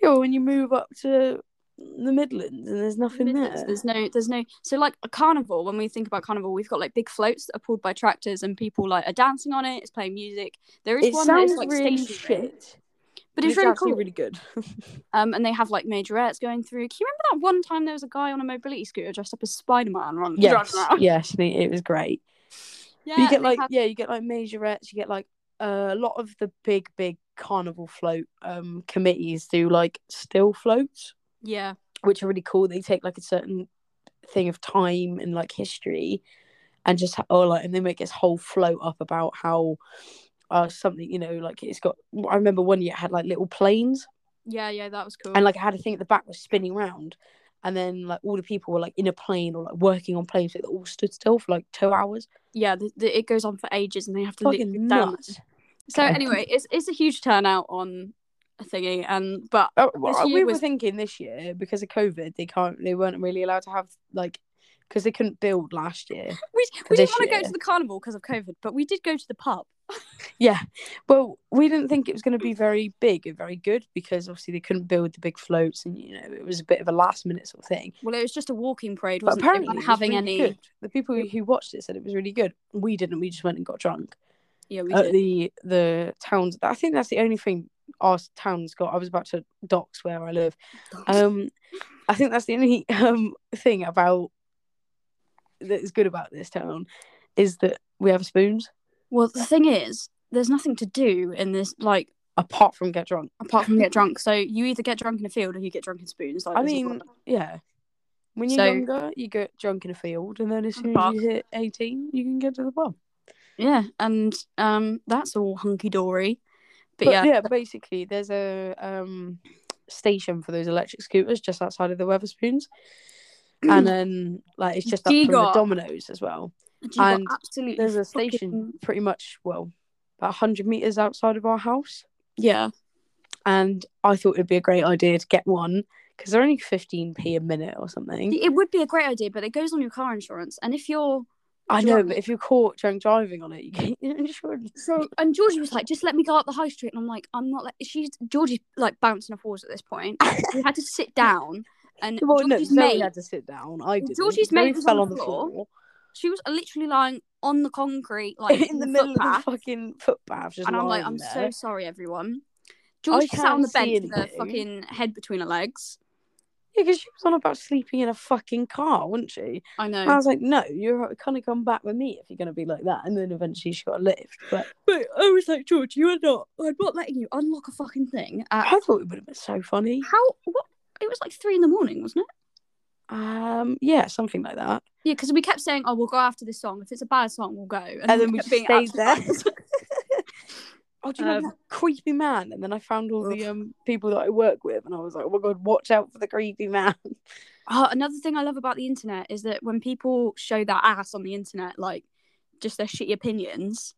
Speaker 2: Yeah, when you move up to the Midlands and there's
Speaker 1: the
Speaker 2: nothing
Speaker 1: Midlands.
Speaker 2: there.
Speaker 1: There's no, there's no. So like a carnival. When we think about carnival, we've got like big floats that are pulled by tractors and people like are dancing on it. It's playing music. There is
Speaker 2: It
Speaker 1: one
Speaker 2: sounds
Speaker 1: that is like
Speaker 2: really
Speaker 1: stationary,
Speaker 2: shit,
Speaker 1: but it's really
Speaker 2: actually
Speaker 1: cool.
Speaker 2: really good.
Speaker 1: Um, and they have like majorettes going through. Can you remember that one time there was a guy on a mobility scooter dressed up as Spider Man running
Speaker 2: yes,
Speaker 1: around?
Speaker 2: yes, and it it was great.
Speaker 1: Yeah,
Speaker 2: But you get
Speaker 1: and they
Speaker 2: like
Speaker 1: have-
Speaker 2: yeah, you get like majorettes. You get like a lot of the big, big carnival float um committees do like still floats,
Speaker 1: yeah,
Speaker 2: which are really cool. They take like a certain thing of time and like history, and just ha- or like and they make this whole float up about how uh something you know like it's got. I remember one year it had like little planes,
Speaker 1: yeah, yeah. That was cool.
Speaker 2: and like it had a thing at the back was spinning round, and then like all the people were like in a plane or like working on planes. So they all stood still for like two hours.
Speaker 1: yeah, the, the, it goes on for ages, and they have to literally
Speaker 2: Fucking
Speaker 1: down.
Speaker 2: nuts.
Speaker 1: So
Speaker 2: Okay.
Speaker 1: anyway, it's it's a huge turnout on a thingy, and but
Speaker 2: Oh, well,
Speaker 1: This year
Speaker 2: we were
Speaker 1: was-
Speaker 2: thinking this year because of COVID, they can't, they weren't really allowed to have like, because they couldn't build last year.
Speaker 1: we, we didn't
Speaker 2: this
Speaker 1: want to go
Speaker 2: year.
Speaker 1: to the carnival because of COVID, but we did go to the pub.
Speaker 2: Yeah, well, we didn't think it was going to be very big and very good because obviously they couldn't build the big floats, and you know it was a bit of a last minute sort of thing.
Speaker 1: Well, it was just a walking parade,
Speaker 2: But
Speaker 1: wasn't it? They
Speaker 2: apparently,
Speaker 1: weren't
Speaker 2: it was
Speaker 1: having
Speaker 2: really
Speaker 1: any.
Speaker 2: good. The people who- who watched it said it was really good. We didn't. We just went and got drunk.
Speaker 1: Yeah, we
Speaker 2: at
Speaker 1: did.
Speaker 2: the the towns. I think that's the only thing our town's got. I was about to dox where I live. Um, I think that's the only um thing about that is good about this town is that we have spoons
Speaker 1: well, the thing is, there's nothing to do in this like
Speaker 2: apart from get drunk.
Speaker 1: apart from get drunk. So you either get drunk in a field or you get drunk in spoons. Like,
Speaker 2: I
Speaker 1: this is
Speaker 2: mean,
Speaker 1: what-
Speaker 2: yeah. When you're
Speaker 1: So-
Speaker 2: younger, you get drunk in a field, and then as
Speaker 1: The
Speaker 2: soon
Speaker 1: pub.
Speaker 2: as you hit 18, you can get to the pub.
Speaker 1: yeah, and um, that's all hunky dory. But,
Speaker 2: But
Speaker 1: yeah,
Speaker 2: yeah. basically, there's a um, station for those electric scooters just outside of the Weatherspoons, and then like it's just up from the
Speaker 1: Gigot.
Speaker 2: Dominoes as well.
Speaker 1: Do you
Speaker 2: and
Speaker 1: got absolutely
Speaker 2: There's a
Speaker 1: fucking-
Speaker 2: station pretty much well about hundred meters outside of our house,
Speaker 1: Yeah,
Speaker 2: and I thought it'd be a great idea to get one because they're only fifteen p a minute or something.
Speaker 1: it would be a great idea, but it goes on your car insurance, and if you're
Speaker 2: I know,
Speaker 1: drunk.
Speaker 2: but if you're caught drunk driving on it, you get your insurance.
Speaker 1: So and Georgie was like, just let me go up the high street, and I'm like, I'm not like she's Georgie's like bouncing off walls at this point. we had to sit down, and
Speaker 2: Well, no,
Speaker 1: Georgie's
Speaker 2: Zoe
Speaker 1: mate,
Speaker 2: had to sit down. I didn't.
Speaker 1: Georgie's
Speaker 2: Zoe
Speaker 1: mate was
Speaker 2: fell
Speaker 1: on the floor. she was literally lying on the concrete, like
Speaker 2: in the middle of
Speaker 1: footpath,
Speaker 2: the fucking footpath. Just
Speaker 1: and I'm like,
Speaker 2: lying
Speaker 1: I'm
Speaker 2: there.
Speaker 1: so sorry, everyone. Georgie sat on
Speaker 2: can't
Speaker 1: the
Speaker 2: see
Speaker 1: bed with her
Speaker 2: anything.
Speaker 1: fucking head between her legs.
Speaker 2: Yeah, because she was on about sleeping in a fucking car, wasn't she?
Speaker 1: I know,
Speaker 2: And I was like, no, you're kind of come back with me if you're going to be like that. And then eventually she got a lift. But
Speaker 1: but I was like, George, you are not. I'm not letting you unlock a fucking thing. At,
Speaker 2: I thought it would have been so funny.
Speaker 1: how? What? It was like three in the morning, wasn't it?
Speaker 2: Um, yeah, something like that.
Speaker 1: Yeah, because we kept saying, "Oh, we'll go after this song. If it's a bad song, we'll go."
Speaker 2: And, then we
Speaker 1: kept
Speaker 2: just stayed
Speaker 1: absolutely
Speaker 2: there.
Speaker 1: right.
Speaker 2: oh, do you remember
Speaker 3: Um,
Speaker 2: that creepy man? And then I found all the
Speaker 1: Ugh.
Speaker 2: um people that I work with, and I was like, oh my god, watch out for the creepy man.
Speaker 1: Uh, another thing I love about the internet is that when people show their ass on the internet, like just their shitty opinions,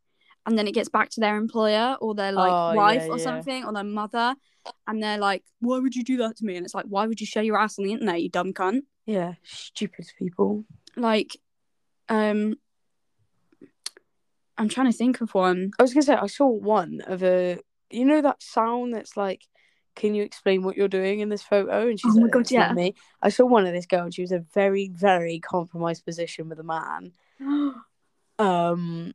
Speaker 1: and then it gets back to their employer or their like
Speaker 2: Oh,
Speaker 1: wife
Speaker 2: yeah,
Speaker 1: or
Speaker 2: yeah.
Speaker 1: something or their mother, and they're like, "Why would you do that to me?" And it's like, "Why would you show your ass on the internet, you dumb cunt?"
Speaker 2: Yeah, stupid people.
Speaker 1: Like, um, I'm trying to think of one.
Speaker 2: I was gonna say I saw one of a you know that sound that's like, can you explain what you're doing in this photo? And she's
Speaker 1: Oh my
Speaker 2: like,
Speaker 1: God,
Speaker 2: "It's not
Speaker 1: yeah.
Speaker 2: me. I saw one of this girl, and she was in a very very compromised position with a man,
Speaker 1: Oh
Speaker 2: um,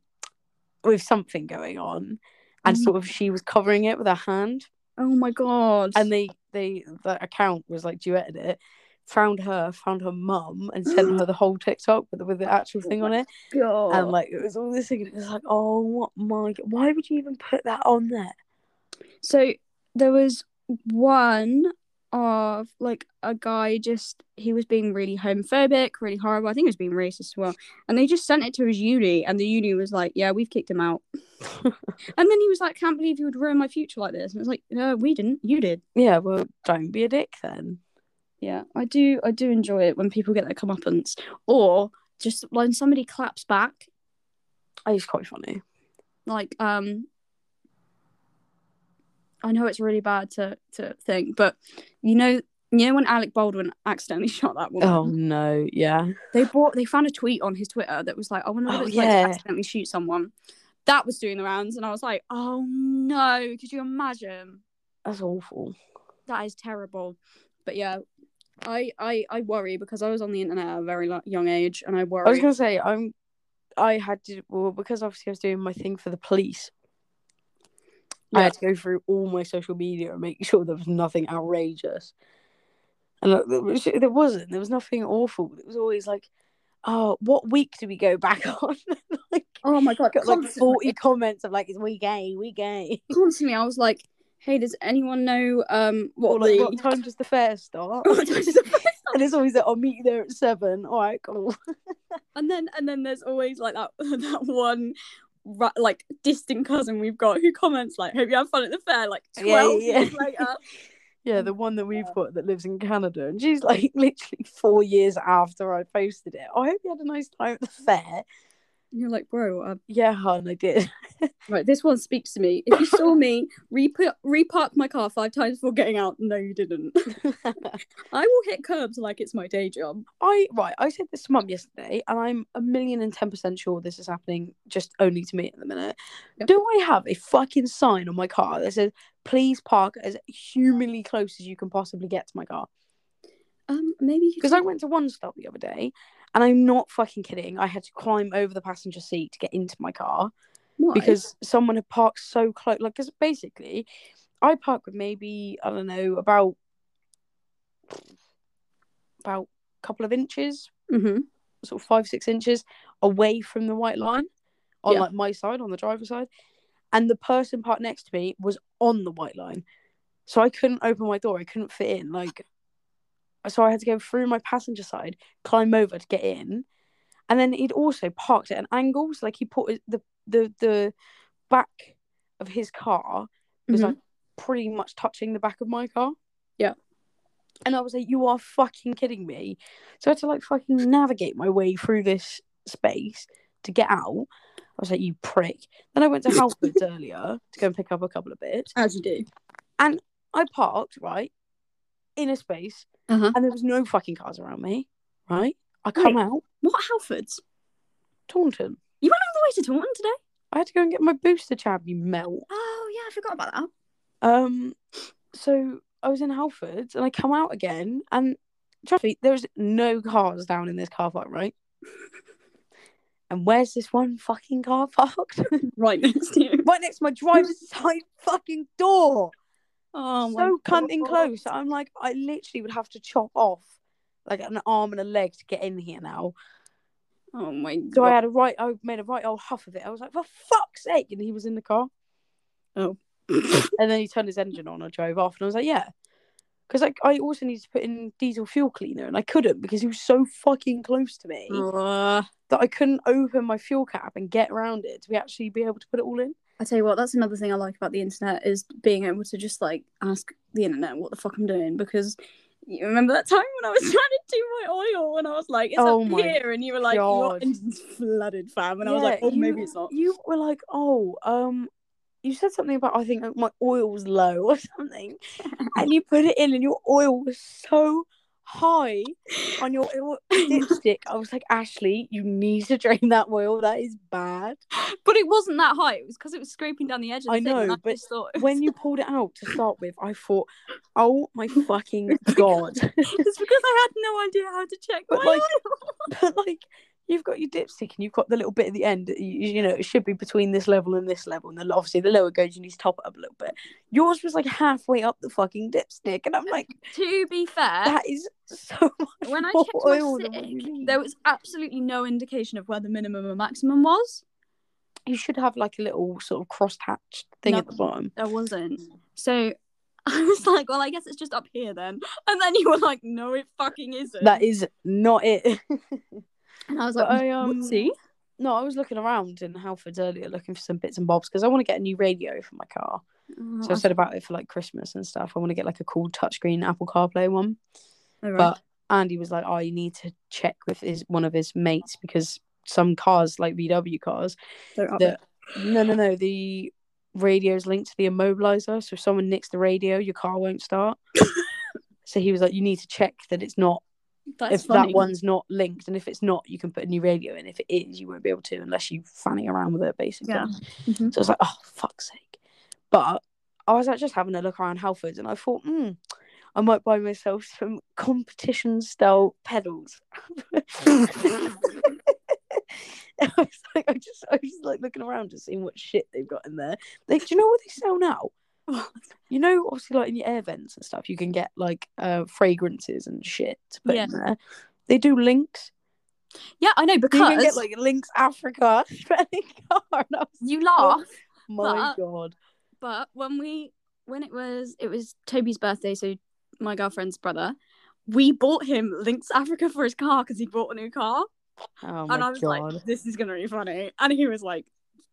Speaker 2: with something going on, and
Speaker 1: Mhm.
Speaker 2: sort of she was covering it with her hand.
Speaker 1: Oh my god!
Speaker 2: and they they that account was like duetted it found her found her mum and sent her the whole tiktok with, with the actual thing on it
Speaker 1: god.
Speaker 2: and like it was all this thing and it was like oh my god why would you even put that on there
Speaker 1: So there was one of like a guy just he was being really homophobic, really horrible. I think he was being racist as well. And they just sent it to his uni and the uni was like, Yeah, we've kicked him out. and then he was like, Can't believe you would ruin my future like this. And it's like, No, we didn't, you did.
Speaker 2: yeah well don't be a dick then
Speaker 1: Yeah. I do I do enjoy it when people get their comeuppance. Or just when somebody claps back,
Speaker 2: Oh, it's quite funny
Speaker 1: like um I know it's really bad to to think, but you know you know when Alec Baldwin accidentally shot that woman?
Speaker 2: oh no yeah
Speaker 1: They brought they found a tweet on his Twitter that was like, I wonder what
Speaker 2: Oh,
Speaker 1: it was like to
Speaker 2: yeah.
Speaker 1: accidentally shoot someone. That was doing the rounds and I was like, Oh no, could you imagine?
Speaker 2: that's awful
Speaker 1: That is terrible. But yeah, I I, I worry because I was on the internet at a very lo- young age and I worry
Speaker 2: i was gonna say i'm i had to well because obviously i was doing my thing for the police I
Speaker 1: Yeah.
Speaker 2: had to go through all my social media and make sure there was nothing outrageous. And like, there was- there wasn't. There was nothing awful. It was always like, oh, what week do we go back on? like,
Speaker 1: Oh my god,
Speaker 2: got like
Speaker 1: constantly.
Speaker 2: 40 comments of like, we gay, we gay.
Speaker 1: constantly I was like, Hey, does anyone know um what
Speaker 2: Or like,
Speaker 1: the-
Speaker 2: what time does the fair start?
Speaker 1: What time does the fair
Speaker 2: and it's always that I'll meet you there at seven. All right, cool.
Speaker 1: And then and then there's always like that that one ra- like distant cousin we've got who comments like hope you have fun at the fair like
Speaker 2: Yeah, yeah,
Speaker 1: 12
Speaker 2: yeah.
Speaker 1: years later
Speaker 2: Yeah,
Speaker 1: Oh
Speaker 2: the one that we've got that lives in Canada, and she's like literally four years after I posted it. I hope you had a nice time at the fair.
Speaker 1: and you're like bro uh,
Speaker 2: Yeah, hon, I did.
Speaker 1: right this one speaks to me if you saw me repa- repark my car five times before getting out no you didn't I will hit curbs like it's my day job
Speaker 2: I right, I said this to mum yesterday, and I'm a million and ten percent sure this is happening just only to me at the minute.
Speaker 1: Yep.
Speaker 2: Do I have a fucking sign on my car that says "Please park as humanly close as you can possibly get to my car"?
Speaker 1: um maybe you
Speaker 2: Because I went to one stop the other day, and I'm not fucking kidding. I had to climb over the passenger seat to get into my car
Speaker 1: why?
Speaker 2: because someone had parked so close. Like, 'cause basically, I park with maybe I don't know about about a couple of inches
Speaker 1: Mhm.
Speaker 2: sort of five six inches away from the white line on
Speaker 1: Yeah.
Speaker 2: like my side on the driver's side and the person parked next to me was on the white line so i couldn't open my door i couldn't fit in like so i had to go through my passenger side climb over to get in and then he'd also parked at an angle so like he put his- the the the back of his car was
Speaker 1: Mhm.
Speaker 2: like pretty much touching the back of my car
Speaker 1: Yeah.
Speaker 2: and I was like, "You are fucking kidding me!" So I had to like fucking navigate my way through this space to get out. I was like, you prick. Then I went to Halfords earlier to go and pick up a couple of bits.
Speaker 1: as you do
Speaker 2: I parked, right, in a space
Speaker 1: Uh-huh.
Speaker 2: and there was no fucking cars around me, right? I come out,
Speaker 1: what Halfords
Speaker 2: Taunton.
Speaker 1: you went all the way to Taunton today
Speaker 2: I had to go and get my booster jab, you melt.
Speaker 1: oh yeah I forgot about that
Speaker 2: Um, so I was in Halfords and I come out again and trust me, there's no cars down in this car park, right? and where's this one fucking car parked?
Speaker 1: right next to you
Speaker 2: right next to my driver's side fucking door.
Speaker 1: oh my
Speaker 2: so cunting
Speaker 1: God.
Speaker 2: close. I'm like, I literally would have to chop off like an arm and a leg to get in here now.
Speaker 1: oh my god
Speaker 2: So I had a right, I made a right old huff of it. I was like, for fuck's sake. And he was in the car.
Speaker 1: Oh.
Speaker 2: and then he turned his engine on and drove off. And I was like, yeah. Because like, I also needed to put in diesel fuel cleaner and I couldn't because he was so fucking close to me
Speaker 1: Uh,
Speaker 2: that I couldn't open my fuel cap and get around it to be actually be able to put it all in.
Speaker 1: I tell you what, that's another thing I like about the internet is being able to just like ask the internet what the fuck I'm doing because you remember that time when I was trying to do my oil and I was like, it's
Speaker 2: Oh
Speaker 1: up
Speaker 2: my
Speaker 1: here, and you were like, your
Speaker 2: God.
Speaker 1: engine's flooded, fam, and I was
Speaker 2: Yeah,
Speaker 1: like, oh,
Speaker 2: you-
Speaker 1: maybe it's not.
Speaker 2: You were like, oh, um, you said something about I think like, my oil was low or something, and you put it in, and your oil was so high on your oil dipstick. I was like, Ashley, you need to drain that oil. That is bad.
Speaker 1: But it wasn't that high. It was because it was scraping down the edge. Of the
Speaker 2: I
Speaker 1: thing, and
Speaker 2: know,
Speaker 1: I
Speaker 2: but
Speaker 1: just thought it
Speaker 2: When you pulled it out to start with, I thought, oh my fucking god.
Speaker 1: it's because I had no idea how to check
Speaker 2: But,
Speaker 1: my
Speaker 2: like,
Speaker 1: oil.
Speaker 2: but like you've got your dipstick and you've got the little bit at the end that you, you know it should be between this level and this level and then obviously the lower it goes you need to top it up a little bit yours was like halfway up the fucking dipstick and i'm like
Speaker 1: To be fair,
Speaker 2: that is so much
Speaker 1: when I
Speaker 2: more
Speaker 1: checked my
Speaker 2: oil than what you,
Speaker 1: sick,
Speaker 2: need.
Speaker 1: there was absolutely no indication of where the minimum and maximum was.
Speaker 2: you should have like a little sort of cross-hatched thing
Speaker 1: No.
Speaker 2: at the bottom
Speaker 1: There wasn't. So I was like, well, I guess it's just up here then. And then you were like, no, it fucking isn't.
Speaker 2: that is not it
Speaker 1: and I was like,
Speaker 2: but I, um,
Speaker 1: see?
Speaker 2: no i was looking around in halfords earlier looking for some bits and bobs because i want to get a new radio for my car
Speaker 1: Oh,
Speaker 2: so i said about it for like christmas and stuff i want to get like a cool touchscreen apple carplay one
Speaker 1: oh,
Speaker 2: but Andy was like, "Oh, you need to check with his one of his mates because some cars, like VW cars, the no, no, no, the radio's linked to the immobilizer. So if someone nicks the radio, your car won't start." so he was like, "You need to check that it's not
Speaker 1: That's
Speaker 2: if
Speaker 1: funny.
Speaker 2: that one's not linked, and if it's not, you can put a new radio in. If it is, you won't be able to unless you fanning around with it, basically."
Speaker 1: Yeah. Mm-hmm.
Speaker 2: So I was like, oh, fuck's sake. But I was like, just having a look around Halfords and I thought, hmm, I might buy myself some competition style pedals. I was like, I just, I was like looking around and seeing what shit they've got in there. They, do you know what they sell now? You know, obviously, like in your air vents and stuff, you can get like uh, fragrances and shit to put in there. They do links.
Speaker 1: Yeah, I know
Speaker 2: You can
Speaker 1: because
Speaker 2: get like links Africa spelling car. And I was,
Speaker 1: you laugh,
Speaker 2: my
Speaker 1: But- uh,
Speaker 2: god.
Speaker 1: but when we when it was it was Toby's birthday, so my girlfriend's brother, we bought him Lynx Africa for his car because he bought a new car.
Speaker 2: Oh
Speaker 1: and I was like, this is gonna be funny. And he was like,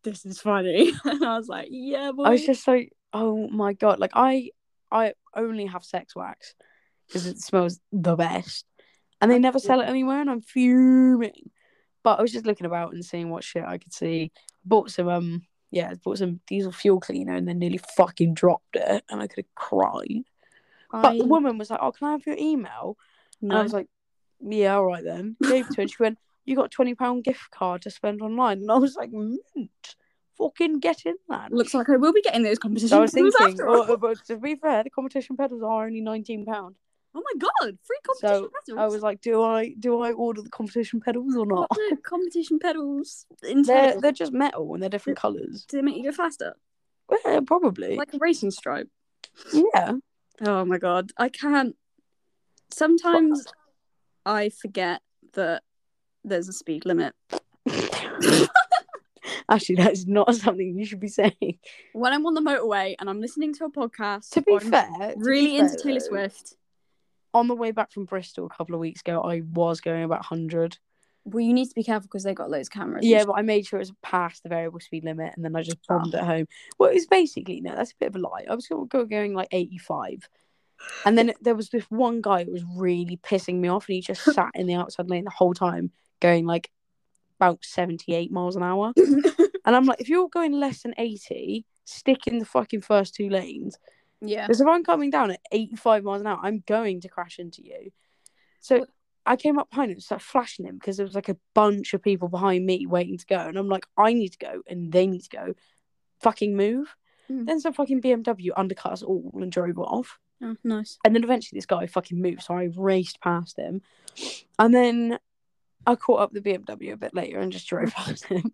Speaker 1: this is funny. And I was like, yeah, boy.
Speaker 2: I was just so oh my god, like I I only have sex wax because it smells the best, and they never sell it anywhere, and I'm fuming. But I was just looking about and seeing what shit I could see. Bought some um yeah, bought some diesel fuel cleaner, and then nearly fucking dropped it, and I could have cried. But the woman was like, "Oh, can I have your email?" And I was like, "Yeah, all right then." Gave it to her, and she went, "You got a twenty pound gift card to spend online," and I was like, "Mint, fucking get in that."
Speaker 1: looks like I will be getting those competitions.
Speaker 2: So I was thinking,
Speaker 1: after all.
Speaker 2: oh, but to be fair, the competition pedals are only nineteen pound.
Speaker 1: Oh my god, free competition
Speaker 2: So
Speaker 1: pedals.
Speaker 2: I was like, do I do I order the competition pedals or not?
Speaker 1: what do competition pedals entail?
Speaker 2: They're they're just metal and they're different colours.
Speaker 1: Do they make you go faster?
Speaker 2: Yeah, probably.
Speaker 1: Like a racing stripe.
Speaker 2: yeah.
Speaker 1: Oh my god, I can't. Sometimes I forget that there's a speed limit.
Speaker 2: Actually, that is not something you should be saying.
Speaker 1: When I'm on the motorway and I'm listening to a podcast,
Speaker 2: To be
Speaker 1: or I'm
Speaker 2: fair, to be
Speaker 1: really into
Speaker 2: fair,
Speaker 1: Taylor
Speaker 2: though,
Speaker 1: Swift.
Speaker 2: On the way back from Bristol a couple of weeks ago, I was going about hundred.
Speaker 1: Well, you need to be careful because they got loads of cameras. and
Speaker 2: Yeah,
Speaker 1: shit.
Speaker 2: but I made sure it was Ah. past the variable speed limit, and then I just bombed at home. Well, it was basically no, that's a bit of a lie. I was go- go- going like eighty-five, and then there was this one guy who was really pissing me off, and he just sat in the outside lane the whole time, going like about seventy-eight miles an hour. and I'm like, if you're going less than eighty, stick in the fucking first two lanes.
Speaker 1: yeah.
Speaker 2: Because if I'm coming down at 85 miles an hour, I'm going to crash into you. So
Speaker 1: Well-
Speaker 2: I came up behind him, started flashing him because there was like a bunch of people behind me waiting to go. And I'm like, I need to go and they need to go. Fucking move.
Speaker 1: Mm.
Speaker 2: Then some fucking BMW undercut us all and drove off.
Speaker 1: Oh, nice.
Speaker 2: And then eventually this guy fucking moved. So I raced past him. And then I caught up the BMW a bit later and just drove past him.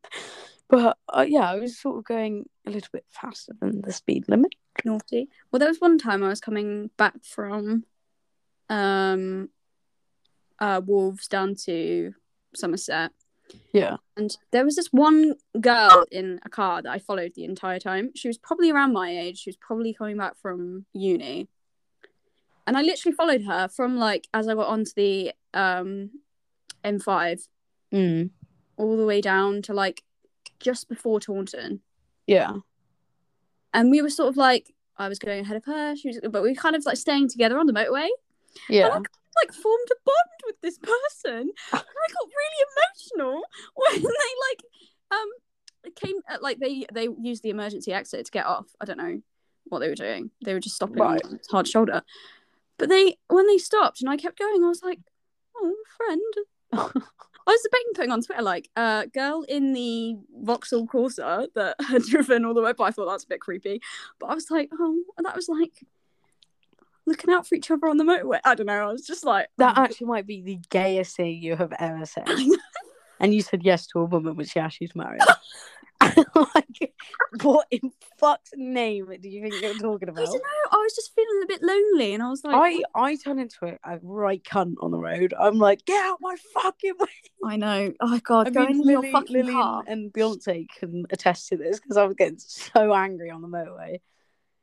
Speaker 2: But uh, yeah, I was sort of going a little bit faster than the speed limit.
Speaker 1: naughty. Well, there was one time I was coming back from um uh Wolves down to Somerset
Speaker 2: Yeah.
Speaker 1: and there was this one girl in a car that I followed the entire time. She was probably around my age. She was probably coming back from uni. And I literally followed her from like as I got onto the um M5
Speaker 2: Mm.
Speaker 1: all the way down to like just before Taunton.
Speaker 2: Yeah.
Speaker 1: and we were sort of like I was going ahead of her, she was, but we were kind of like staying together on the motorway.
Speaker 2: Yeah.
Speaker 1: Like formed a bond with this person. And I got really emotional when they like um came uh, like they they used the emergency exit to get off. I don't know what they were doing. They were just stopping
Speaker 2: Right.
Speaker 1: on hard shoulder. But they when they stopped and I kept going, I was like, oh friend. I was debating putting on Twitter like a uh, girl in the Vauxhall Corsa that had driven all the way. But I thought that's a bit creepy. But I was like, oh, and that was like looking out for each other on the motorway. I don't know. I was just like,
Speaker 2: That actually might be the gayest thing you have ever said. And you said yes to a woman when she asked you to marry her. like, what in fuck's name do you think you're talking
Speaker 1: I don't
Speaker 2: about?
Speaker 1: know. I was just feeling a bit lonely, and I was like,
Speaker 2: I, I turn into a, a right cunt on the road. I'm like, get out my fucking way.
Speaker 1: I know. Oh God,
Speaker 2: I
Speaker 1: go
Speaker 2: mean,
Speaker 1: in
Speaker 2: Lily,
Speaker 1: your fucking
Speaker 2: Lily
Speaker 1: car.
Speaker 2: and- and Beyonce can attest to this because I was getting so angry on the motorway. I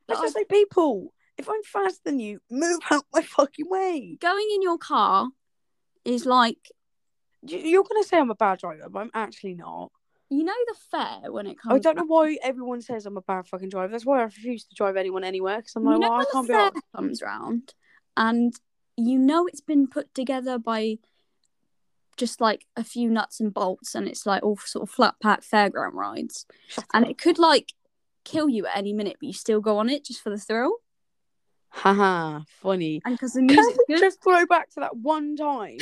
Speaker 1: But
Speaker 2: just like, people, if I'm faster than you, move out my fucking way.
Speaker 1: Going in your car is like
Speaker 2: You- You're going to say I'm a bad driver, but I'm actually not.
Speaker 1: you know the fare when it comes.
Speaker 2: I don't know why everyone says I'm a bad fucking driver. That's why I refuse to drive anyone anywhere because I'm
Speaker 1: You
Speaker 2: like,
Speaker 1: know
Speaker 2: well, I
Speaker 1: when
Speaker 2: can't
Speaker 1: the
Speaker 2: be
Speaker 1: fair
Speaker 2: arsed.
Speaker 1: comes round, and you know it's been put together by just like a few nuts and bolts, and it's like all sort of flat pack fairground rides,
Speaker 2: Shut
Speaker 1: and
Speaker 2: up.
Speaker 1: it could like kill you at any minute, but you still go on it just for the thrill,
Speaker 2: Haha, funny.
Speaker 1: and because the
Speaker 2: Can
Speaker 1: music's
Speaker 2: we
Speaker 1: good.
Speaker 2: just throw back to that one time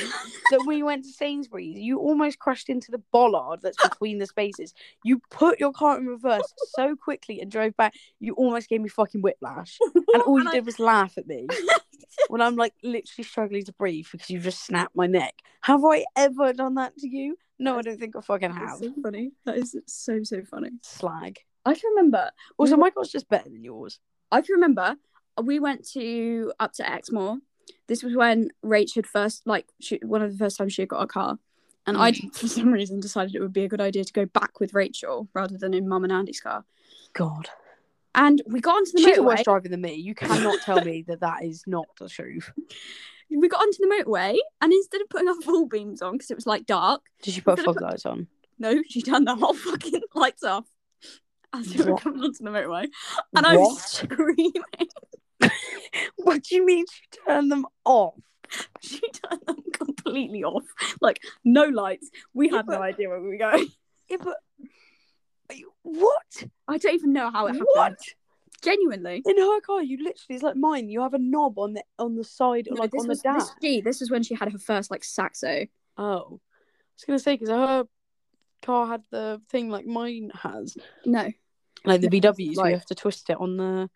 Speaker 2: that we went to Sainsbury's? You almost crashed into the bollard that's between the spaces. You put your car in reverse so quickly and drove back. You almost gave me fucking whiplash. And all you
Speaker 1: And I-
Speaker 2: did was laugh at me when I'm like literally struggling to breathe because you just snapped my neck. Have I ever done that to you? No, I don't think I fucking have.
Speaker 1: That's so funny. That is so so funny.
Speaker 2: Slag.
Speaker 1: I can remember
Speaker 2: Also, my car's just better than yours.
Speaker 1: I can remember uh, we went to up to Exmoor. This was when Rach had first like she, one of the first times she had got a car, and I
Speaker 2: Mm.
Speaker 1: for some reason decided it would be a good idea to go back with Rachel rather than in Mum and Andy's car.
Speaker 2: God.
Speaker 1: And we got onto the
Speaker 2: She's
Speaker 1: motorway.
Speaker 2: worse driving than me. You cannot tell me that that is not the truth.
Speaker 1: We got onto the motorway, and instead of putting our full beams on because it was like dark,
Speaker 2: Did she put floodlights on?
Speaker 1: no, she turned the whole fucking lights off as we were
Speaker 2: What?
Speaker 1: coming onto the motorway, and I was
Speaker 2: What?
Speaker 1: screaming.
Speaker 2: What do you mean she turned them off?
Speaker 1: She turned them completely off, like no lights. We had no idea where we were going.
Speaker 2: Yeah, but are you- what?
Speaker 1: I don't even know
Speaker 2: Oh,
Speaker 1: how it happened.
Speaker 2: What?
Speaker 1: Genuinely.
Speaker 2: In her car, you literally it's like mine. You have a knob on the on the side,
Speaker 1: No,
Speaker 2: like
Speaker 1: this
Speaker 2: on
Speaker 1: was,
Speaker 2: the dash.
Speaker 1: This, gee, this was when she had her first like saxo.
Speaker 2: Oh, I was gonna say because her car had the thing like mine has,
Speaker 1: No,
Speaker 2: like the
Speaker 1: Yeah,
Speaker 2: VW, so
Speaker 1: like-
Speaker 2: you have to twist it on the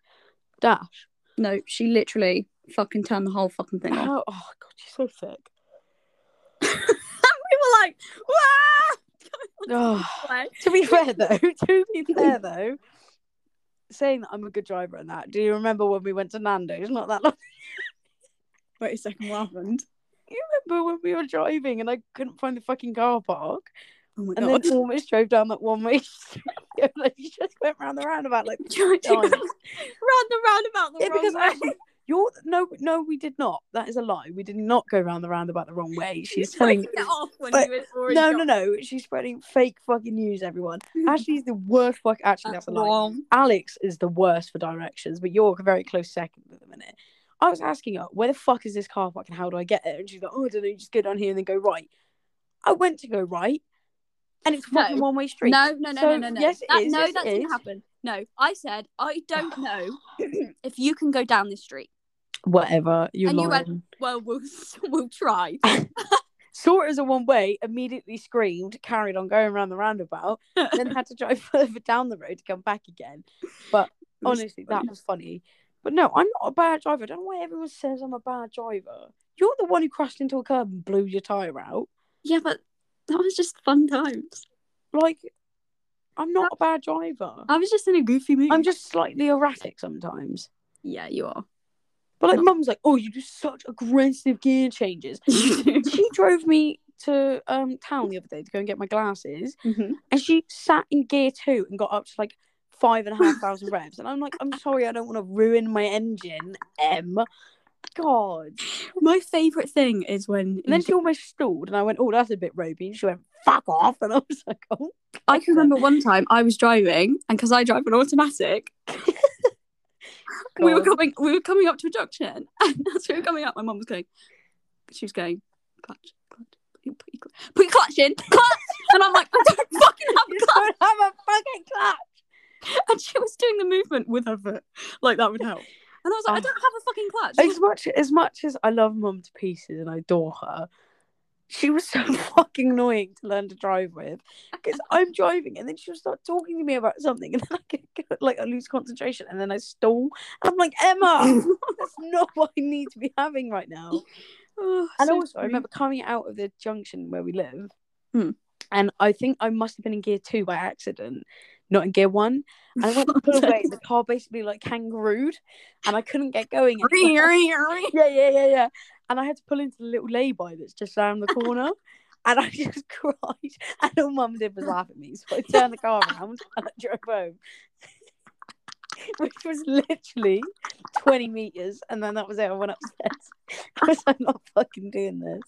Speaker 2: dash.
Speaker 1: no, she literally fucking turned the whole fucking thing off.
Speaker 2: How? Oh god, she's so thick.
Speaker 1: we were like, "Wah!"
Speaker 2: Oh.
Speaker 1: Like,
Speaker 2: to be fair though, to be fair though, saying that I'm a good driver and that. Do you remember when we went to Nando's not that long?
Speaker 1: Wait a second, what happened?
Speaker 2: You remember when we were driving and I couldn't find the fucking car park
Speaker 1: Oh my
Speaker 2: and
Speaker 1: god.
Speaker 2: then almost drove down that one way street? like you just went round the roundabout like
Speaker 1: Trying to go
Speaker 2: Darn.
Speaker 1: round the roundabout the
Speaker 2: yeah,
Speaker 1: wrong
Speaker 2: because
Speaker 1: way.
Speaker 2: I, you're no no we did not. That is a lie. We did not go round the roundabout the wrong way. She's
Speaker 1: She's
Speaker 2: telling
Speaker 1: it off when
Speaker 2: but-
Speaker 1: you had already
Speaker 2: no
Speaker 1: got-
Speaker 2: no no. She's spreading fake fucking news. Everyone. Ashley's the worst. Fuck. Actually, that's a lie.
Speaker 1: wrong.
Speaker 2: Alex is the worst for directions, but you're a very close second at the minute. I was asking her, where the fuck is this car park and how do I get there? And she's like, oh, I don't know, you just go down here and then go right. I went to go right, and it's
Speaker 1: No.
Speaker 2: fucking one way street.
Speaker 1: No, no, no,
Speaker 2: So,
Speaker 1: no, no, no.
Speaker 2: yes, it
Speaker 1: That-
Speaker 2: is,
Speaker 1: no,
Speaker 2: yes, it
Speaker 1: that didn't
Speaker 2: is.
Speaker 1: happen. No, I said I don't know if you can go down this street.
Speaker 2: Whatever, you're
Speaker 1: And you
Speaker 2: lying.
Speaker 1: went- Well, we'll we'll try.
Speaker 2: Saw it as a one way, immediately screamed, carried on going around the roundabout, then had to drive further down the road to come back again. Honestly, that was funny. But no, I'm not a bad driver. I don't know why everyone says I'm a bad driver. You're the one who crashed into a curb and blew your tire out.
Speaker 1: Yeah, but that was just fun times.
Speaker 2: Like, I'm not a bad driver.
Speaker 1: I was just in a goofy mood.
Speaker 2: I'm just slightly erratic sometimes.
Speaker 1: yeah, you are.
Speaker 2: But like,
Speaker 1: No.
Speaker 2: mum's like, "Oh, you do such aggressive gear changes."
Speaker 1: Mm-hmm.
Speaker 2: she drove me to um town the other day to go and get my glasses, and she sat in gear two and got up to like five and a half thousand revs, and I'm like, "I'm sorry, I don't want to ruin my engine." M, God.
Speaker 1: My favorite thing is when
Speaker 2: And then she almost stalled, and I went, "Oh, that's a bit ropey." And she went, fuck off. And I was like, oh.
Speaker 1: I can remember one time I was driving, and because I drive an automatic, we were
Speaker 2: God.
Speaker 1: coming we were coming up to a junction and as we were coming up my mum was going she was going clutch clutch put your, put your cl- put your clutch in clutch and I'm like I don't fucking have a clutch
Speaker 2: Don't have a fucking clap.
Speaker 1: and she was doing the movement with her foot like that would help and I was like I
Speaker 2: Oh.
Speaker 1: don't have a fucking clutch She was
Speaker 2: As much as much as I love mum to pieces and I adore her, she was so fucking annoying to learn to drive with. Because I'm driving and then she'll start talking to me about something and then I get go- like I lose concentration and then I stall and I'm like Emma, that's not what I need to be having right now.
Speaker 1: oh,
Speaker 2: And
Speaker 1: so
Speaker 2: also, I
Speaker 1: rude.
Speaker 2: remember coming out of the junction where we live,
Speaker 1: Hmm.
Speaker 2: and I think I must have been in gear two by accident, not in gear one. And I went to pull away, the car basically like kangarooed, and I couldn't get going. yeah, yeah, yeah, yeah. And I had to pull into the little lay-by that's just down the corner. And I just cried, and all mum did was laugh at me. So I turned the car around and I drove home, which was literally 20 meters. And then that was it. I went upstairs. I was like, I'm not fucking doing this.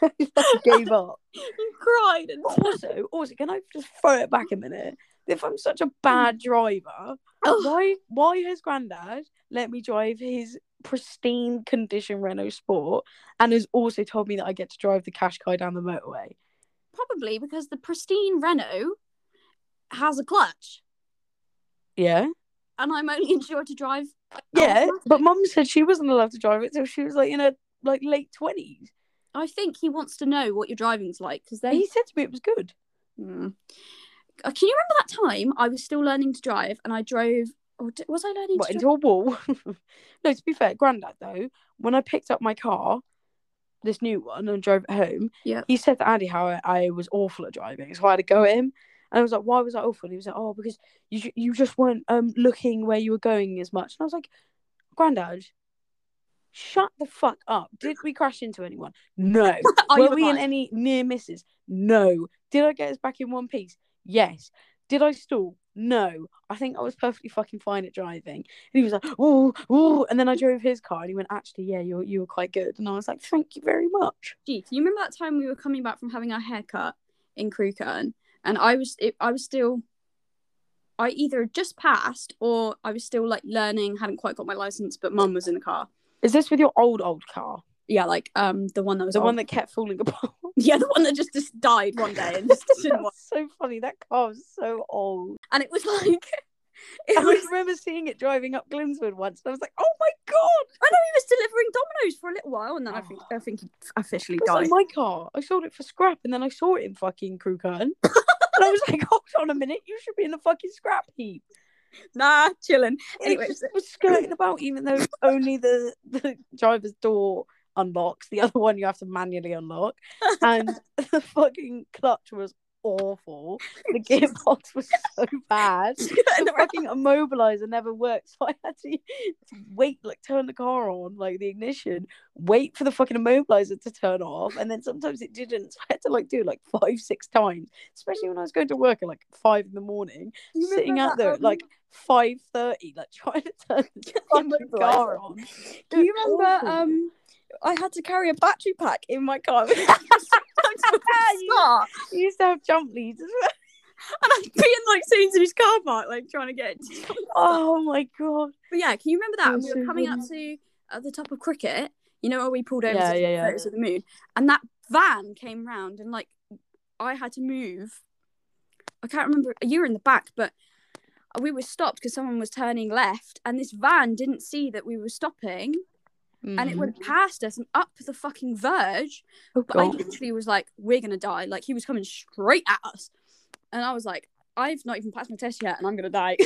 Speaker 2: I just gave up.
Speaker 1: you cried and
Speaker 2: Also, also, can I just throw it back a minute? If I'm such a bad driver,
Speaker 1: oh,
Speaker 2: why why has granddad let me drive his pristine condition Renault Sport and has also told me that I get to drive the cash car down the motorway?
Speaker 1: probably because the pristine Renault has a clutch
Speaker 2: Yeah.
Speaker 1: and I'm only insured to drive
Speaker 2: Yeah.
Speaker 1: automatic.
Speaker 2: But mum said she wasn't allowed to drive it till she was like in her like late twenties.
Speaker 1: I think he wants to know what your driving's like because
Speaker 2: And
Speaker 1: they
Speaker 2: he said to me it was good.
Speaker 1: Mm. Uh, Can you remember that time I was still learning to drive and I drove? Or di- was I learning
Speaker 2: What
Speaker 1: to
Speaker 2: into a wall? no, to be fair, granddad though, when I picked up my car, this new one and drove it home,
Speaker 1: Yeah.
Speaker 2: he said to Andy how I, I was awful at driving, so I had to go at him. And I was like, "Why was I awful?" And he was like, "Oh, because you ju- you just weren't um looking where you were going as much." And I was like, "Granddad, shut the fuck up! Did we crash into anyone? No.
Speaker 1: drive? Are Oh, you
Speaker 2: were we in
Speaker 1: alive?
Speaker 2: any near misses? No. Did I get us back in one piece? Yes. Did I stall? No. I think I was perfectly fucking fine at driving." And he was like, "Oh, oh!" And then I drove his car, and he went, "Actually, yeah, you were- you were quite good." And I was like, "Thank you very much."
Speaker 1: Gee, can you remember that time we were coming back from having our haircut in Crewkern and I was it, I was still I either had just passed or I was still like learning, hadn't quite got my license, but mum was in the car.
Speaker 2: Is this with your old old car?
Speaker 1: Yeah, like um the one that was
Speaker 2: The one
Speaker 1: old-
Speaker 2: that kept falling apart.
Speaker 1: yeah the one that just, just died one day and just didn't work.
Speaker 2: That's so funny. That car was so old.
Speaker 1: And it was like it
Speaker 2: I
Speaker 1: was
Speaker 2: remember seeing it driving up Glimswood once, and I was like, "Oh my god!"
Speaker 1: I know he was delivering Dominoes for a little while and then I think I think he officially
Speaker 2: It was
Speaker 1: died.
Speaker 2: like my car. I sold it for scrap, and then I saw it in fucking Crewkern, and I was like, "Hold on a minute, you should be in the fucking scrap heap."
Speaker 1: nah, chilling.
Speaker 2: And
Speaker 1: Anyway,
Speaker 2: it just was skirting about, even though only the the driver's door unlocks. The other one you have to manually unlock, and the fucking clutch was awful. The gearbox was so bad.
Speaker 1: and
Speaker 2: the
Speaker 1: the
Speaker 2: fucking immobilizer never worked, so I had to wait, like turn the car on, like the ignition, wait for the fucking immobilizer to turn off, and then sometimes it didn't. So I had to like do it like five, six times, especially when I was going to work at like five in the morning,
Speaker 1: You remember
Speaker 2: sitting out
Speaker 1: that,
Speaker 2: there
Speaker 1: um,
Speaker 2: at like five thirty, like trying to turn the fucking
Speaker 1: immobilizer.
Speaker 2: car on.
Speaker 1: Do you remember?
Speaker 2: Awful.
Speaker 1: Um, I had to carry a battery pack in my car. Sometimes I would start,
Speaker 2: You used to have jump leads as well.
Speaker 1: and I'd be in like Sainsbury's car park, like trying to get. It.
Speaker 2: Oh my god!
Speaker 1: But yeah, can you remember that? And
Speaker 2: That's
Speaker 1: we were
Speaker 2: Oh, so
Speaker 1: coming up to at the top of cricket. You know where we pulled over
Speaker 2: Yeah,
Speaker 1: to
Speaker 2: yeah,
Speaker 1: take
Speaker 2: yeah.
Speaker 1: photos of the moon, and that van came round, and like I had to move. I can't remember. You were in the back, but we were stopped because someone was turning left, and this van didn't see that we were stopping, and it
Speaker 2: Mm-hmm.
Speaker 1: went past us and up the fucking verge.
Speaker 2: Oh,
Speaker 1: But I
Speaker 2: God.
Speaker 1: literally was like, we're gonna die. Like he was coming straight at us. And I was like, I've not even passed my test yet and I'm gonna die.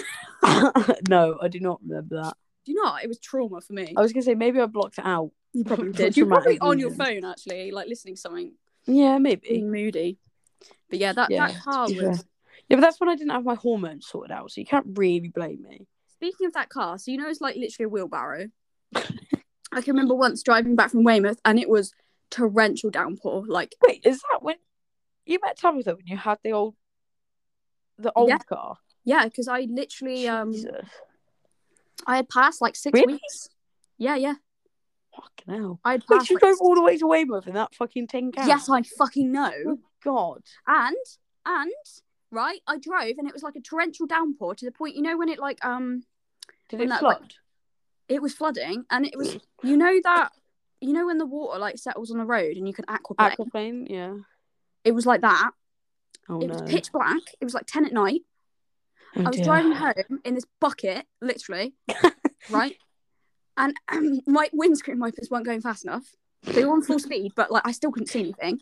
Speaker 1: Do
Speaker 2: no, I do not remember that.
Speaker 1: you know what? It was trauma for me.
Speaker 2: I was gonna say maybe I blocked it out.
Speaker 1: you probably
Speaker 2: for
Speaker 1: did. You're probably
Speaker 2: traumatic
Speaker 1: on your
Speaker 2: reasons.
Speaker 1: phone actually, like listening to something
Speaker 2: Yeah, maybe.
Speaker 1: being moody. But yeah, that,
Speaker 2: Yeah,
Speaker 1: that car
Speaker 2: to be
Speaker 1: was
Speaker 2: Yeah, but that's when I didn't have my hormones sorted out, so you can't really blame me.
Speaker 1: Speaking of that car, so you know it's like literally a wheelbarrow. I can remember once driving back from Weymouth and it was torrential downpour. Like
Speaker 2: Wait, is that when you met Tabitha when you had the old the old
Speaker 1: Yeah.
Speaker 2: car?
Speaker 1: yeah, because I literally um
Speaker 2: Jesus.
Speaker 1: I had passed like six
Speaker 2: Really?
Speaker 1: weeks. Yeah, yeah.
Speaker 2: Fucking hell.
Speaker 1: I'd
Speaker 2: Like, she
Speaker 1: paraphrased.
Speaker 2: drove all the way to Weymouth in that fucking tin can.
Speaker 1: Yes, I fucking know.
Speaker 2: Good God.
Speaker 1: And and right, I drove and it was like a torrential downpour to the point you know when it like um
Speaker 2: Did
Speaker 1: When
Speaker 2: it
Speaker 1: that,
Speaker 2: flood?
Speaker 1: like- it was flooding and it was you know that you know when the water like settles on the road and you can aquaplane.
Speaker 2: Aquaplane? Yeah.
Speaker 1: it was like that.
Speaker 2: Oh
Speaker 1: it
Speaker 2: no.
Speaker 1: was pitch black. It was like ten at night.
Speaker 2: Oh,
Speaker 1: I was
Speaker 2: dear.
Speaker 1: driving home in this bucket, literally, right? And um, my windscreen wipers weren't going fast enough. They were on full speed, but like I still couldn't see anything.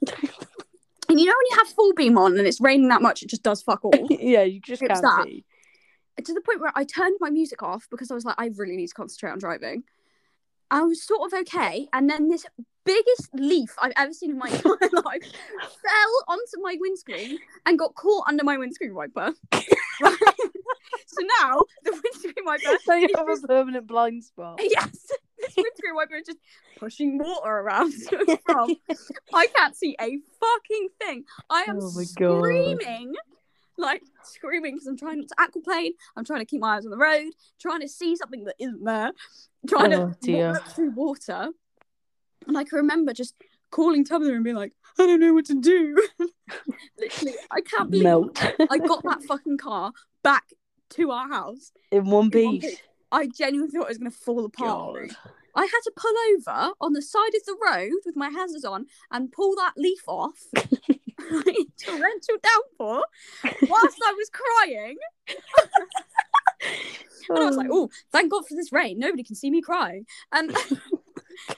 Speaker 1: And you know when you have full beam on and it's raining that much, it just does fuck all.
Speaker 2: yeah, you just
Speaker 1: It was
Speaker 2: can't
Speaker 1: that.
Speaker 2: see.
Speaker 1: to the point where I turned my music off because I was like, I really need to concentrate on driving. I was sort of okay, and then this biggest leaf I've ever seen in my entire life fell onto my windscreen and got caught under my windscreen wiper. Right? so now the windscreen wiper,
Speaker 2: So you have a permanent blind spot.
Speaker 1: yes, this windscreen wiper is just pushing water around to and from. I can't see a fucking thing. I am
Speaker 2: Oh my God.
Speaker 1: screaming, like screaming because I'm trying not to aquaplane. I'm trying to keep my eyes on the road, trying to see something that isn't there, trying
Speaker 2: Oh,
Speaker 1: to
Speaker 2: dear.
Speaker 1: wa- look through water. And I can remember just calling Tabitha and being like, I don't know what to do. Literally, I can't believe
Speaker 2: Melt
Speaker 1: I got that fucking car back to our house.
Speaker 2: in one
Speaker 1: in one
Speaker 2: piece.
Speaker 1: piece. I genuinely thought it was going to fall apart.
Speaker 2: God.
Speaker 1: I had to pull over on the side of the road with my hazards on and pull that leaf off. torrential downpour whilst I was crying. And I was like, oh, thank God for this rain. Nobody can see me crying.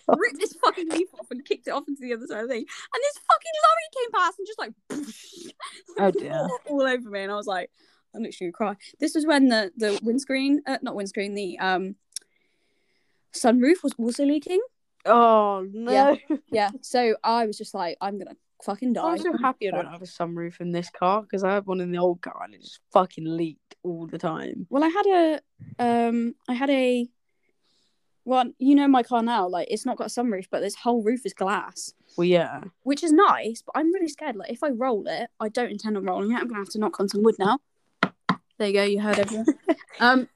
Speaker 1: And ripped this fucking leaf off and kicked it off into the other side of the thing. And this fucking lorry came past and just like,
Speaker 2: Oh, dear.
Speaker 1: all over me. And I was like, I'm literally gonna cry. This was when the, the windscreen, uh, not windscreen, the um, sunroof was also leaking.
Speaker 2: Oh no!
Speaker 1: Yeah. Yeah. So I was just like, I'm gonna fucking die.
Speaker 2: I'm so happy I don't have a sunroof in this car because I had one in the old car and it just fucking leaked all the time.
Speaker 1: Well, I had a, um, I had a, well, you know my car now, like it's not got a sunroof, but this whole roof is glass,
Speaker 2: Well, yeah.
Speaker 1: which is nice. But I'm really scared. Like if I roll it, I don't intend on rolling it. I'm gonna have to knock on some wood now. There you go. You heard everyone. um,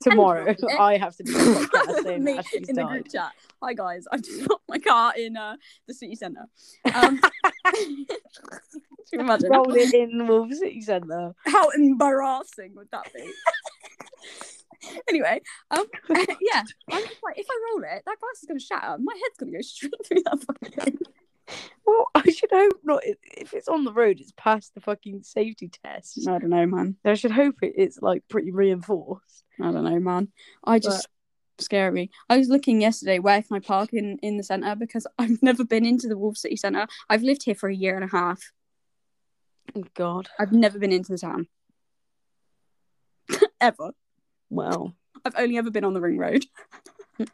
Speaker 2: Tomorrow
Speaker 1: on it.
Speaker 2: I have to do a podcast saying
Speaker 1: me
Speaker 2: that Ashley's
Speaker 1: in the
Speaker 2: died.
Speaker 1: group chat. Hi guys, I've just dropped my car in uh, the city centre. Um, can you imagine?
Speaker 2: Rolled it in Wolf City Centre.
Speaker 1: how embarrassing would that be? anyway, um, yeah, I'm just like, if I roll it, that glass is gonna shatter. My head's gonna go straight through that fucking thing.
Speaker 2: Well, I should hope not. If- If it's on the road, it's past the fucking safety test.
Speaker 1: I don't know, man.
Speaker 2: I should hope it- it's like pretty reinforced.
Speaker 1: I don't know, man. I just scare me. I was looking yesterday. Where can I park in in the centre? Because I've never been into the Wolf City Centre. I've lived here for a year and a half.
Speaker 2: Oh, God.
Speaker 1: I've never been into the town. ever.
Speaker 2: Wow.
Speaker 1: I've only ever been on the ring road.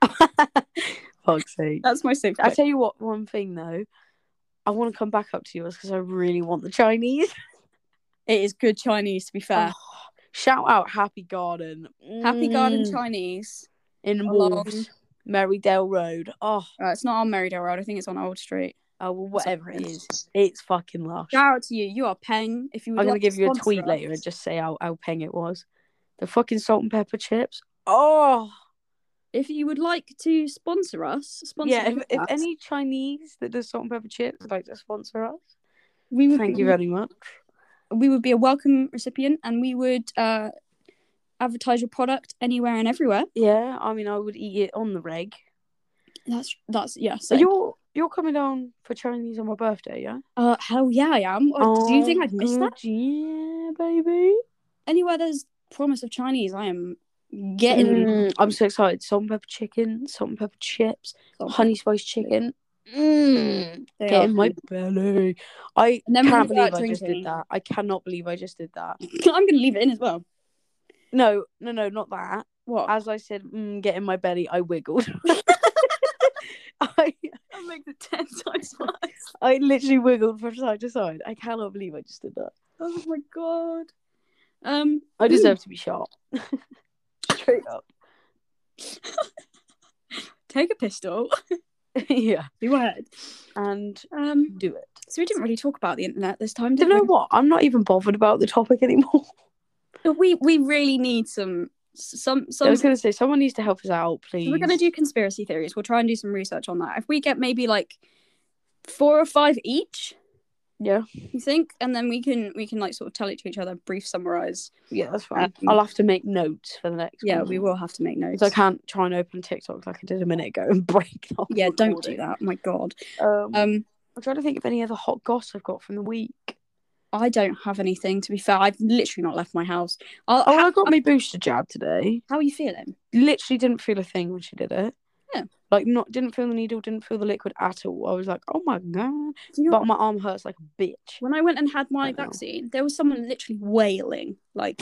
Speaker 2: Fuck's sake.
Speaker 1: That's my safe.
Speaker 2: I tell you what, one thing though, I want to come back up to yours because I really want the Chinese.
Speaker 1: It is good Chinese, to be fair.
Speaker 2: Oh, shout out Happy Garden.
Speaker 1: Happy Garden
Speaker 2: Mm,
Speaker 1: Chinese.
Speaker 2: in
Speaker 1: along-
Speaker 2: Wolves, Merrydale Road. Oh,
Speaker 1: Uh, it's not on Merrydale Road. I think it's on Old Street.
Speaker 2: oh well,
Speaker 1: That's
Speaker 2: whatever
Speaker 1: what
Speaker 2: it
Speaker 1: it
Speaker 2: is, it's fucking lush.
Speaker 1: Shout out to you. You are peng. If you would
Speaker 2: I'm gonna
Speaker 1: like
Speaker 2: give
Speaker 1: to
Speaker 2: you a
Speaker 1: sponsor
Speaker 2: tweet
Speaker 1: us.
Speaker 2: later and just say how how peng it was. The fucking salt and pepper chips. Oh,
Speaker 1: If you would like to sponsor us, sponsor
Speaker 2: yeah. If, if
Speaker 1: us,
Speaker 2: any Chinese that does salt and pepper chips would like to sponsor us,
Speaker 1: we would
Speaker 2: thank
Speaker 1: be,
Speaker 2: you very much.
Speaker 1: we would be a welcome recipient, and we would uh, advertise your product anywhere and everywhere.
Speaker 2: Yeah, I mean, I would eat it on the reg.
Speaker 1: That's that's yeah. So
Speaker 2: So you're you're coming down for Chinese on my birthday, yeah?
Speaker 1: uh, hell yeah, I am. Oh, do you think I'd miss
Speaker 2: good,
Speaker 1: that?
Speaker 2: Yeah, baby.
Speaker 1: Anywhere there's promise of Chinese, I am getting
Speaker 2: Mm, I'm so excited. Salt and pepper chicken, salt and pepper chips,
Speaker 1: Salt and
Speaker 2: honey spice chicken. Mm,
Speaker 1: They
Speaker 2: get
Speaker 1: are
Speaker 2: in my belly. I
Speaker 1: And then we
Speaker 2: can't
Speaker 1: can go out
Speaker 2: believe I just
Speaker 1: drinking.
Speaker 2: did that. I cannot believe I just did that.
Speaker 1: good. I'm gonna leave it in as well.
Speaker 2: No, no, no, not that.
Speaker 1: What?
Speaker 2: As I said, mm, get in my belly. I wiggled. I
Speaker 1: that makes it ten times worse.
Speaker 2: I literally wiggled from side to side. I cannot believe I just did that.
Speaker 1: oh my god. Um,
Speaker 2: I deserve to be shot. Mm. Straight up.
Speaker 1: take a pistol.
Speaker 2: yeah.
Speaker 1: Be word.
Speaker 2: And
Speaker 1: Um,
Speaker 2: do it.
Speaker 1: So we didn't really talk about the internet this time,
Speaker 2: Do
Speaker 1: did
Speaker 2: you know what? I'm not even bothered about the topic anymore.
Speaker 1: we? We we really need some Some
Speaker 2: I
Speaker 1: some
Speaker 2: was gonna say someone needs to help us out, please.
Speaker 1: we're gonna do conspiracy theories. We'll try and do some research on that. If we get maybe like four or five each,
Speaker 2: Yeah,
Speaker 1: you think, and then we can we can like sort of tell it to each other, brief summarize.
Speaker 2: yeah, that's fine.
Speaker 1: Um,
Speaker 2: I'll have to make notes for the next.
Speaker 1: Yeah,
Speaker 2: one.
Speaker 1: we will have to make notes.
Speaker 2: 'Cause I can't try and open TikTok like I did a minute ago and break. the whole
Speaker 1: Yeah, don't do
Speaker 2: recording.
Speaker 1: that. My God.
Speaker 2: Um,
Speaker 1: Um,
Speaker 2: I'm trying to think of any other hot goss I've got from the week.
Speaker 1: I don't have anything to be fair. I've literally not left my house. I'll,
Speaker 2: Oh,
Speaker 1: how,
Speaker 2: I got my booster jab today.
Speaker 1: how are you feeling?
Speaker 2: Literally didn't feel a thing when she did it.
Speaker 1: Yeah.
Speaker 2: Like not didn't feel the needle, didn't feel the liquid at all. I was like, oh my god.
Speaker 1: Do you know
Speaker 2: But my arm hurts like a bitch.
Speaker 1: When I went and had my
Speaker 2: Right now.
Speaker 1: vaccine, there was someone literally wailing, like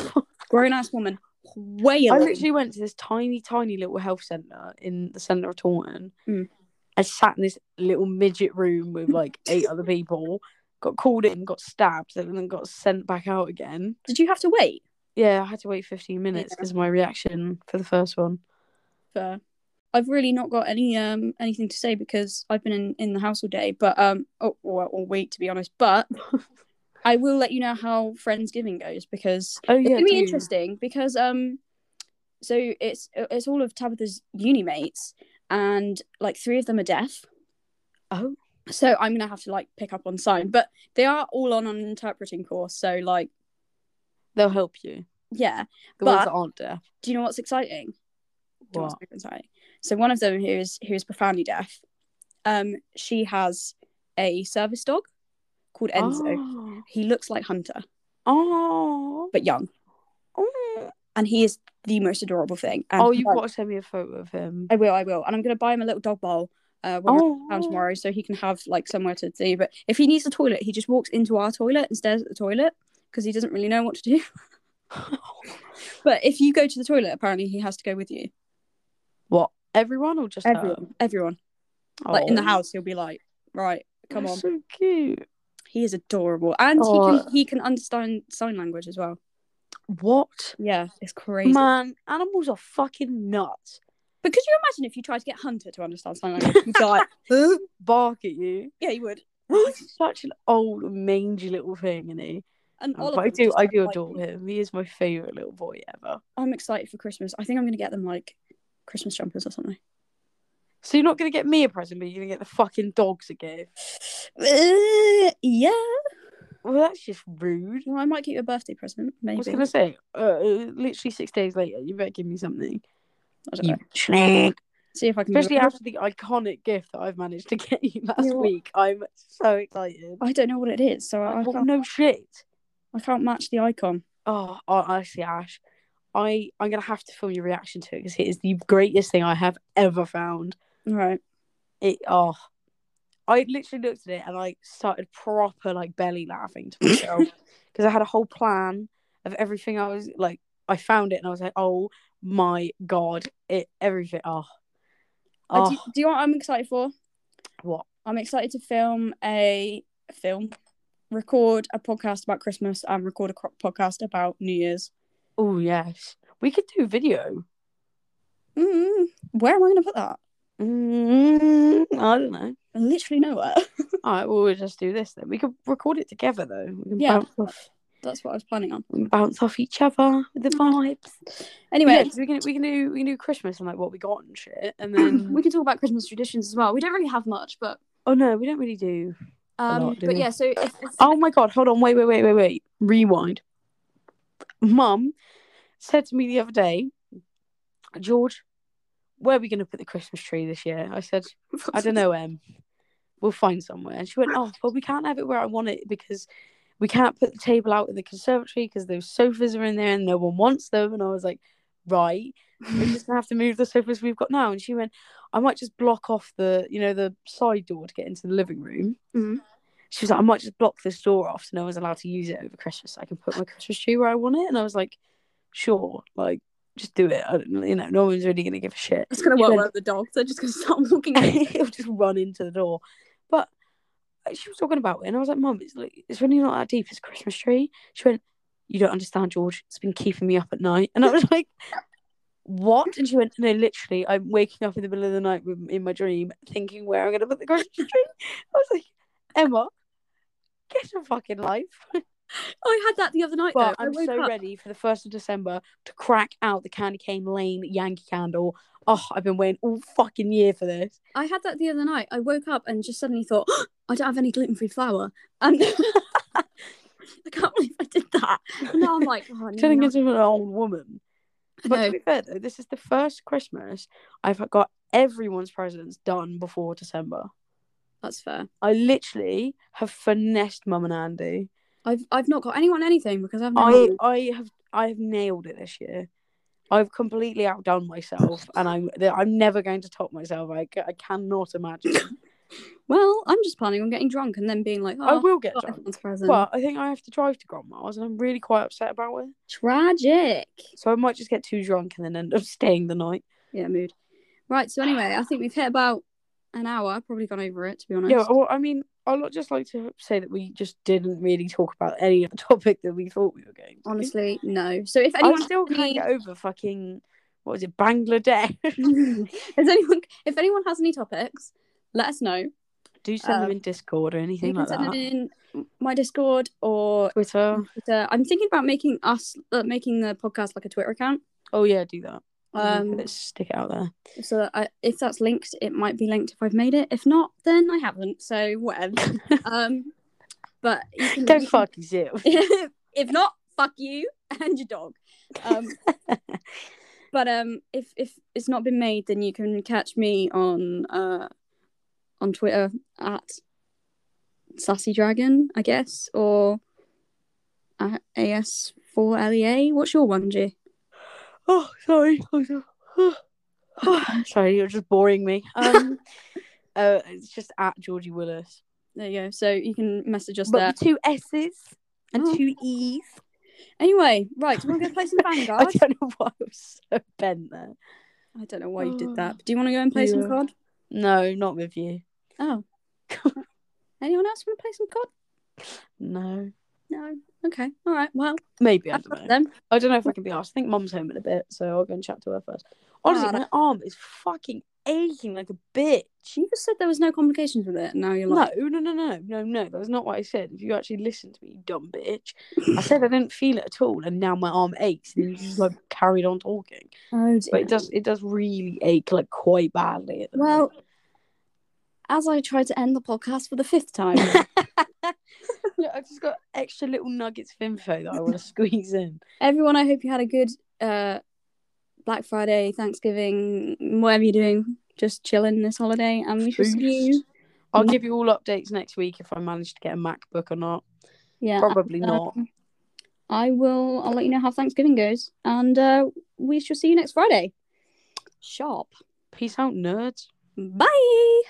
Speaker 1: grown ass woman wailing.
Speaker 2: I literally went to this tiny, tiny little health centre in the centre of Taunton.
Speaker 1: Mm.
Speaker 2: I sat in this little midget room with like eight other people, got called in, got stabbed, and then got sent back out again.
Speaker 1: Did you have to wait?
Speaker 2: Yeah, I had to wait 15 minutes
Speaker 1: Yeah.
Speaker 2: because my reaction for the first one.
Speaker 1: For... I've really not got any um anything to say because I've been in, in the house all day, but um oh well, all week to be honest. But I will let you know how Friendsgiving goes because
Speaker 2: Oh,
Speaker 1: it's
Speaker 2: yeah.
Speaker 1: gonna be
Speaker 2: do.
Speaker 1: interesting because um so it's it's all of Tabitha's uni mates and like three of them are deaf.
Speaker 2: Oh,
Speaker 1: So I'm gonna have to like pick up on sign, but they are all on an interpreting course. So like
Speaker 2: they'll help you.
Speaker 1: yeah, But-
Speaker 2: The ones that aren't deaf.
Speaker 1: do you know what's exciting? Do you know what's
Speaker 2: What?
Speaker 1: exciting? So one of them who is who is profoundly deaf, um, she has a service dog called Enzo.
Speaker 2: Oh.
Speaker 1: He looks like Hunter
Speaker 2: Oh.
Speaker 1: but young,
Speaker 2: Oh.
Speaker 1: and he is the most adorable thing. And
Speaker 2: Oh, you've
Speaker 1: um,
Speaker 2: got to send me a photo of him.
Speaker 1: I will, I will, and I'm gonna buy him a little dog bowl. Uh, when we're
Speaker 2: Oh.
Speaker 1: down tomorrow, so he can have like somewhere to see. But if he needs a toilet, he just walks into our toilet and stares at the toilet because he doesn't really know what to do. But if you go to the toilet, apparently he has to go with you.
Speaker 2: what? Everyone or just her?
Speaker 1: Everyone, everyone, like in the
Speaker 2: Oh.
Speaker 1: house, he'll be like, "Right, come on."
Speaker 2: That's So cute.
Speaker 1: He is adorable, and he
Speaker 2: Oh.
Speaker 1: can he can understand sign language as well.
Speaker 2: What?
Speaker 1: Yeah, it's crazy.
Speaker 2: Man, animals are fucking nuts.
Speaker 1: But could you imagine if you tried to get Hunter to understand sign language? He'd be like, "Huh?"
Speaker 2: Bark at you.
Speaker 1: "Yeah, you would."
Speaker 2: He's such an old, mangy little thing, isn't he?
Speaker 1: And
Speaker 2: Oh,
Speaker 1: Oliver
Speaker 2: but I
Speaker 1: was
Speaker 2: do,
Speaker 1: just
Speaker 2: I
Speaker 1: like,
Speaker 2: do
Speaker 1: like,
Speaker 2: adore him. He is my favorite little boy ever.
Speaker 1: I'm excited for Christmas. I think I'm gonna get them like Christmas jumpers or something.
Speaker 2: So you're not gonna get me a present, but you're gonna get the fucking dogs a gift.
Speaker 1: Uh, yeah,
Speaker 2: Well, that's just rude.
Speaker 1: well, I might get you a birthday present.
Speaker 2: I
Speaker 1: Maybe
Speaker 2: was gonna say, uh, literally six days later, you better give me something.
Speaker 1: I don't
Speaker 2: You
Speaker 1: know.
Speaker 2: snake.
Speaker 1: See if I can.
Speaker 2: Especially
Speaker 1: remember.
Speaker 2: after the iconic gift that I've managed to get you last
Speaker 1: Yeah.
Speaker 2: week. I'm so excited.
Speaker 1: I don't know what it is, so I, I
Speaker 2: Well,
Speaker 1: can't.
Speaker 2: no shit.
Speaker 1: I can't match the icon.
Speaker 2: Oh, hon- honestly, Ash, I I'm gonna have to film your reaction to it because it is the greatest thing I have ever found.
Speaker 1: All right.
Speaker 2: It oh, I literally looked at it and I started proper like belly laughing to myself because I had a whole plan of everything I was like. I found it and I was like, oh my god, it everything. Oh,
Speaker 1: I
Speaker 2: oh,
Speaker 1: do, do you know what I'm excited for?
Speaker 2: what?
Speaker 1: I'm excited to film a a film, record a podcast about Christmas, and record a cro- podcast about New Year's.
Speaker 2: Oh yes, we could do video.
Speaker 1: mm Where am I going to put that?
Speaker 2: Mm, I don't know.
Speaker 1: Literally nowhere.
Speaker 2: All right, well, we'll just do this then. We could record it together though. We can
Speaker 1: Yeah.
Speaker 2: bounce off,
Speaker 1: That's what I was planning on.
Speaker 2: we can bounce off each other with the vibes.
Speaker 1: Mm. Anyway,
Speaker 2: Yeah, 'cause we can we can do we can do Christmas and like what we got and shit, and then
Speaker 1: we can talk about Christmas traditions as well. We don't really have much, but
Speaker 2: oh no, we don't really do.
Speaker 1: um,
Speaker 2: lot, do
Speaker 1: but
Speaker 2: we?
Speaker 1: yeah. So if, if-
Speaker 2: Oh my god, hold on, wait, wait, wait, wait, wait, rewind. Mum said to me the other day, George, where are we going to put the Christmas tree this year? I said, I don't know, Em. We'll find somewhere. And she went, Oh, well, we can't have it where I want it because we can't put the table out in the conservatory because those sofas are in there and no one wants them. And I was like, Right. We're just gonna have to move the sofas we've got now. And she went, I might just block off the, you know, the side door to get into the living room.
Speaker 1: Mhm.
Speaker 2: She was like, I might just block this door off so no one's allowed to use it over Christmas. I can put my Christmas tree where I want it. And I was like, Sure, like just do it. I don't know, you know, no one's really gonna give a shit
Speaker 1: it's gonna work
Speaker 2: Good.
Speaker 1: well with the dogs. They're just gonna start walking. out.
Speaker 2: it'll just run into the door. But she was talking about it, and I was like, "Mum, it's like it's really not that deep. It's a Christmas tree." She went, "You don't understand, George. It's been keeping me up at night." And I was like, "What?" And she went, "No, literally, I'm waking up in the middle of the night with, in my dream, thinking where I'm going to put the Christmas tree." I was like, "Emma, get a fucking life."
Speaker 1: I had that the other night
Speaker 2: But
Speaker 1: though. I
Speaker 2: I'm
Speaker 1: woke
Speaker 2: so
Speaker 1: up-
Speaker 2: ready for the 1st of December to crack out the Candy Cane Lane Yankee candle. Oh, I've been waiting all fucking year for this.
Speaker 1: I had that the other night. I woke up and just suddenly thought, I don't have any gluten free flour. And I can't believe I did that. And now I'm like, oh, I need
Speaker 2: Turning
Speaker 1: another-
Speaker 2: into an old woman.
Speaker 1: I
Speaker 2: But to
Speaker 1: know.
Speaker 2: be fair though, this is the first Christmas I've got everyone's presents done before December.
Speaker 1: that's fair.
Speaker 2: I literally have finessed Mum and Andy.
Speaker 1: I've I've not got anyone anything because I've
Speaker 2: I
Speaker 1: no
Speaker 2: I have I have nailed it this year. I've completely outdone myself, and I'm that I'm never going to top myself. I, ca- I cannot imagine.
Speaker 1: Well, I'm just planning on getting drunk and then being like, oh,
Speaker 2: I will get
Speaker 1: got
Speaker 2: drunk,
Speaker 1: everyone's present.
Speaker 2: but I think I have to drive to grandma's, and I'm really quite upset about it.
Speaker 1: Tragic.
Speaker 2: So I might just get too drunk and then end up staying the night.
Speaker 1: Yeah, mood. Right. So anyway, I think we've hit about an hour. Probably gone over it to be honest.
Speaker 2: Yeah, well, I mean, I'd lo- just like to say that we just didn't really talk about any of the topic that we thought we were going. to.
Speaker 1: Honestly, no. So if
Speaker 2: I
Speaker 1: anyone
Speaker 2: still
Speaker 1: has
Speaker 2: can't
Speaker 1: any-
Speaker 2: get over fucking what was it, Bangladesh?
Speaker 1: if anyone if anyone has any topics, let us know.
Speaker 2: Do send them
Speaker 1: Um,
Speaker 2: in Discord or anything
Speaker 1: You can
Speaker 2: like
Speaker 1: send them
Speaker 2: that. Mm.
Speaker 1: in my Discord or
Speaker 2: Twitter.
Speaker 1: Twitter. I'm thinking about making us uh, making the podcast like a Twitter account.
Speaker 2: Oh yeah, do that. Um,
Speaker 1: Um,
Speaker 2: let's stick it out there.
Speaker 1: so that I, if that's linked, it might be linked if I've made it. If not, then I haven't. So whatever. um, but you can,
Speaker 2: Go
Speaker 1: you can-
Speaker 2: fuck yourself.
Speaker 1: if not, fuck you and your dog. Um, but um, if if it's not been made, then you can catch me on uh, on Twitter at Sassy Dragon, I guess, or at AS4LEA. E What's your one, G?
Speaker 2: Oh, sorry. sorry, you're just boring me. Um, uh, it's just at Georgie Willis.
Speaker 1: There you go. So you can message us
Speaker 2: but
Speaker 1: there.
Speaker 2: with two S's and
Speaker 1: Oh.
Speaker 2: two E's.
Speaker 1: Anyway, right. Do you want to go play some
Speaker 2: I
Speaker 1: Vanguard?
Speaker 2: don't know why I was so bent there.
Speaker 1: I don't know why you
Speaker 2: Oh.
Speaker 1: did that. But do you want to go and play
Speaker 2: Yeah.
Speaker 1: some COD?
Speaker 2: No, not with you.
Speaker 1: Oh. Anyone else want to play some COD?
Speaker 2: No.
Speaker 1: No. Okay. All right. Well,
Speaker 2: Maybe I
Speaker 1: I've
Speaker 2: don't
Speaker 1: got
Speaker 2: know.
Speaker 1: them.
Speaker 2: I don't know if I can be asked. I think Mum's home in a bit, so I'll go and chat to her first. Honestly,
Speaker 1: Ah,
Speaker 2: my arm is fucking aching like a bitch.
Speaker 1: You just said there was no complications with it. and Now you're
Speaker 2: No,
Speaker 1: like,
Speaker 2: no, no, no, no, no. That was not what I said. If you actually listened to me, you dumb bitch, I said I didn't feel it at all, and now my arm aches, and you just like carried on talking.
Speaker 1: oh dear.
Speaker 2: But it does, it does really ache like quite badly. At the
Speaker 1: Well, as I try to end the podcast for the fifth time,
Speaker 2: moment. look, I've just got extra little nuggets of info that I want to squeeze in.
Speaker 1: everyone, I hope you had a good uh, Black Friday, Thanksgiving, whatever you're doing, just chilling this holiday, and we shall see Um, you.
Speaker 2: I'll give you all updates next week if I manage to get a MacBook or not.
Speaker 1: Yeah,
Speaker 2: Probably
Speaker 1: um,
Speaker 2: not.
Speaker 1: I will. I'll let you know how Thanksgiving goes, and uh, we shall see you next Friday. Sharp.
Speaker 2: Peace out, nerds.
Speaker 1: Bye.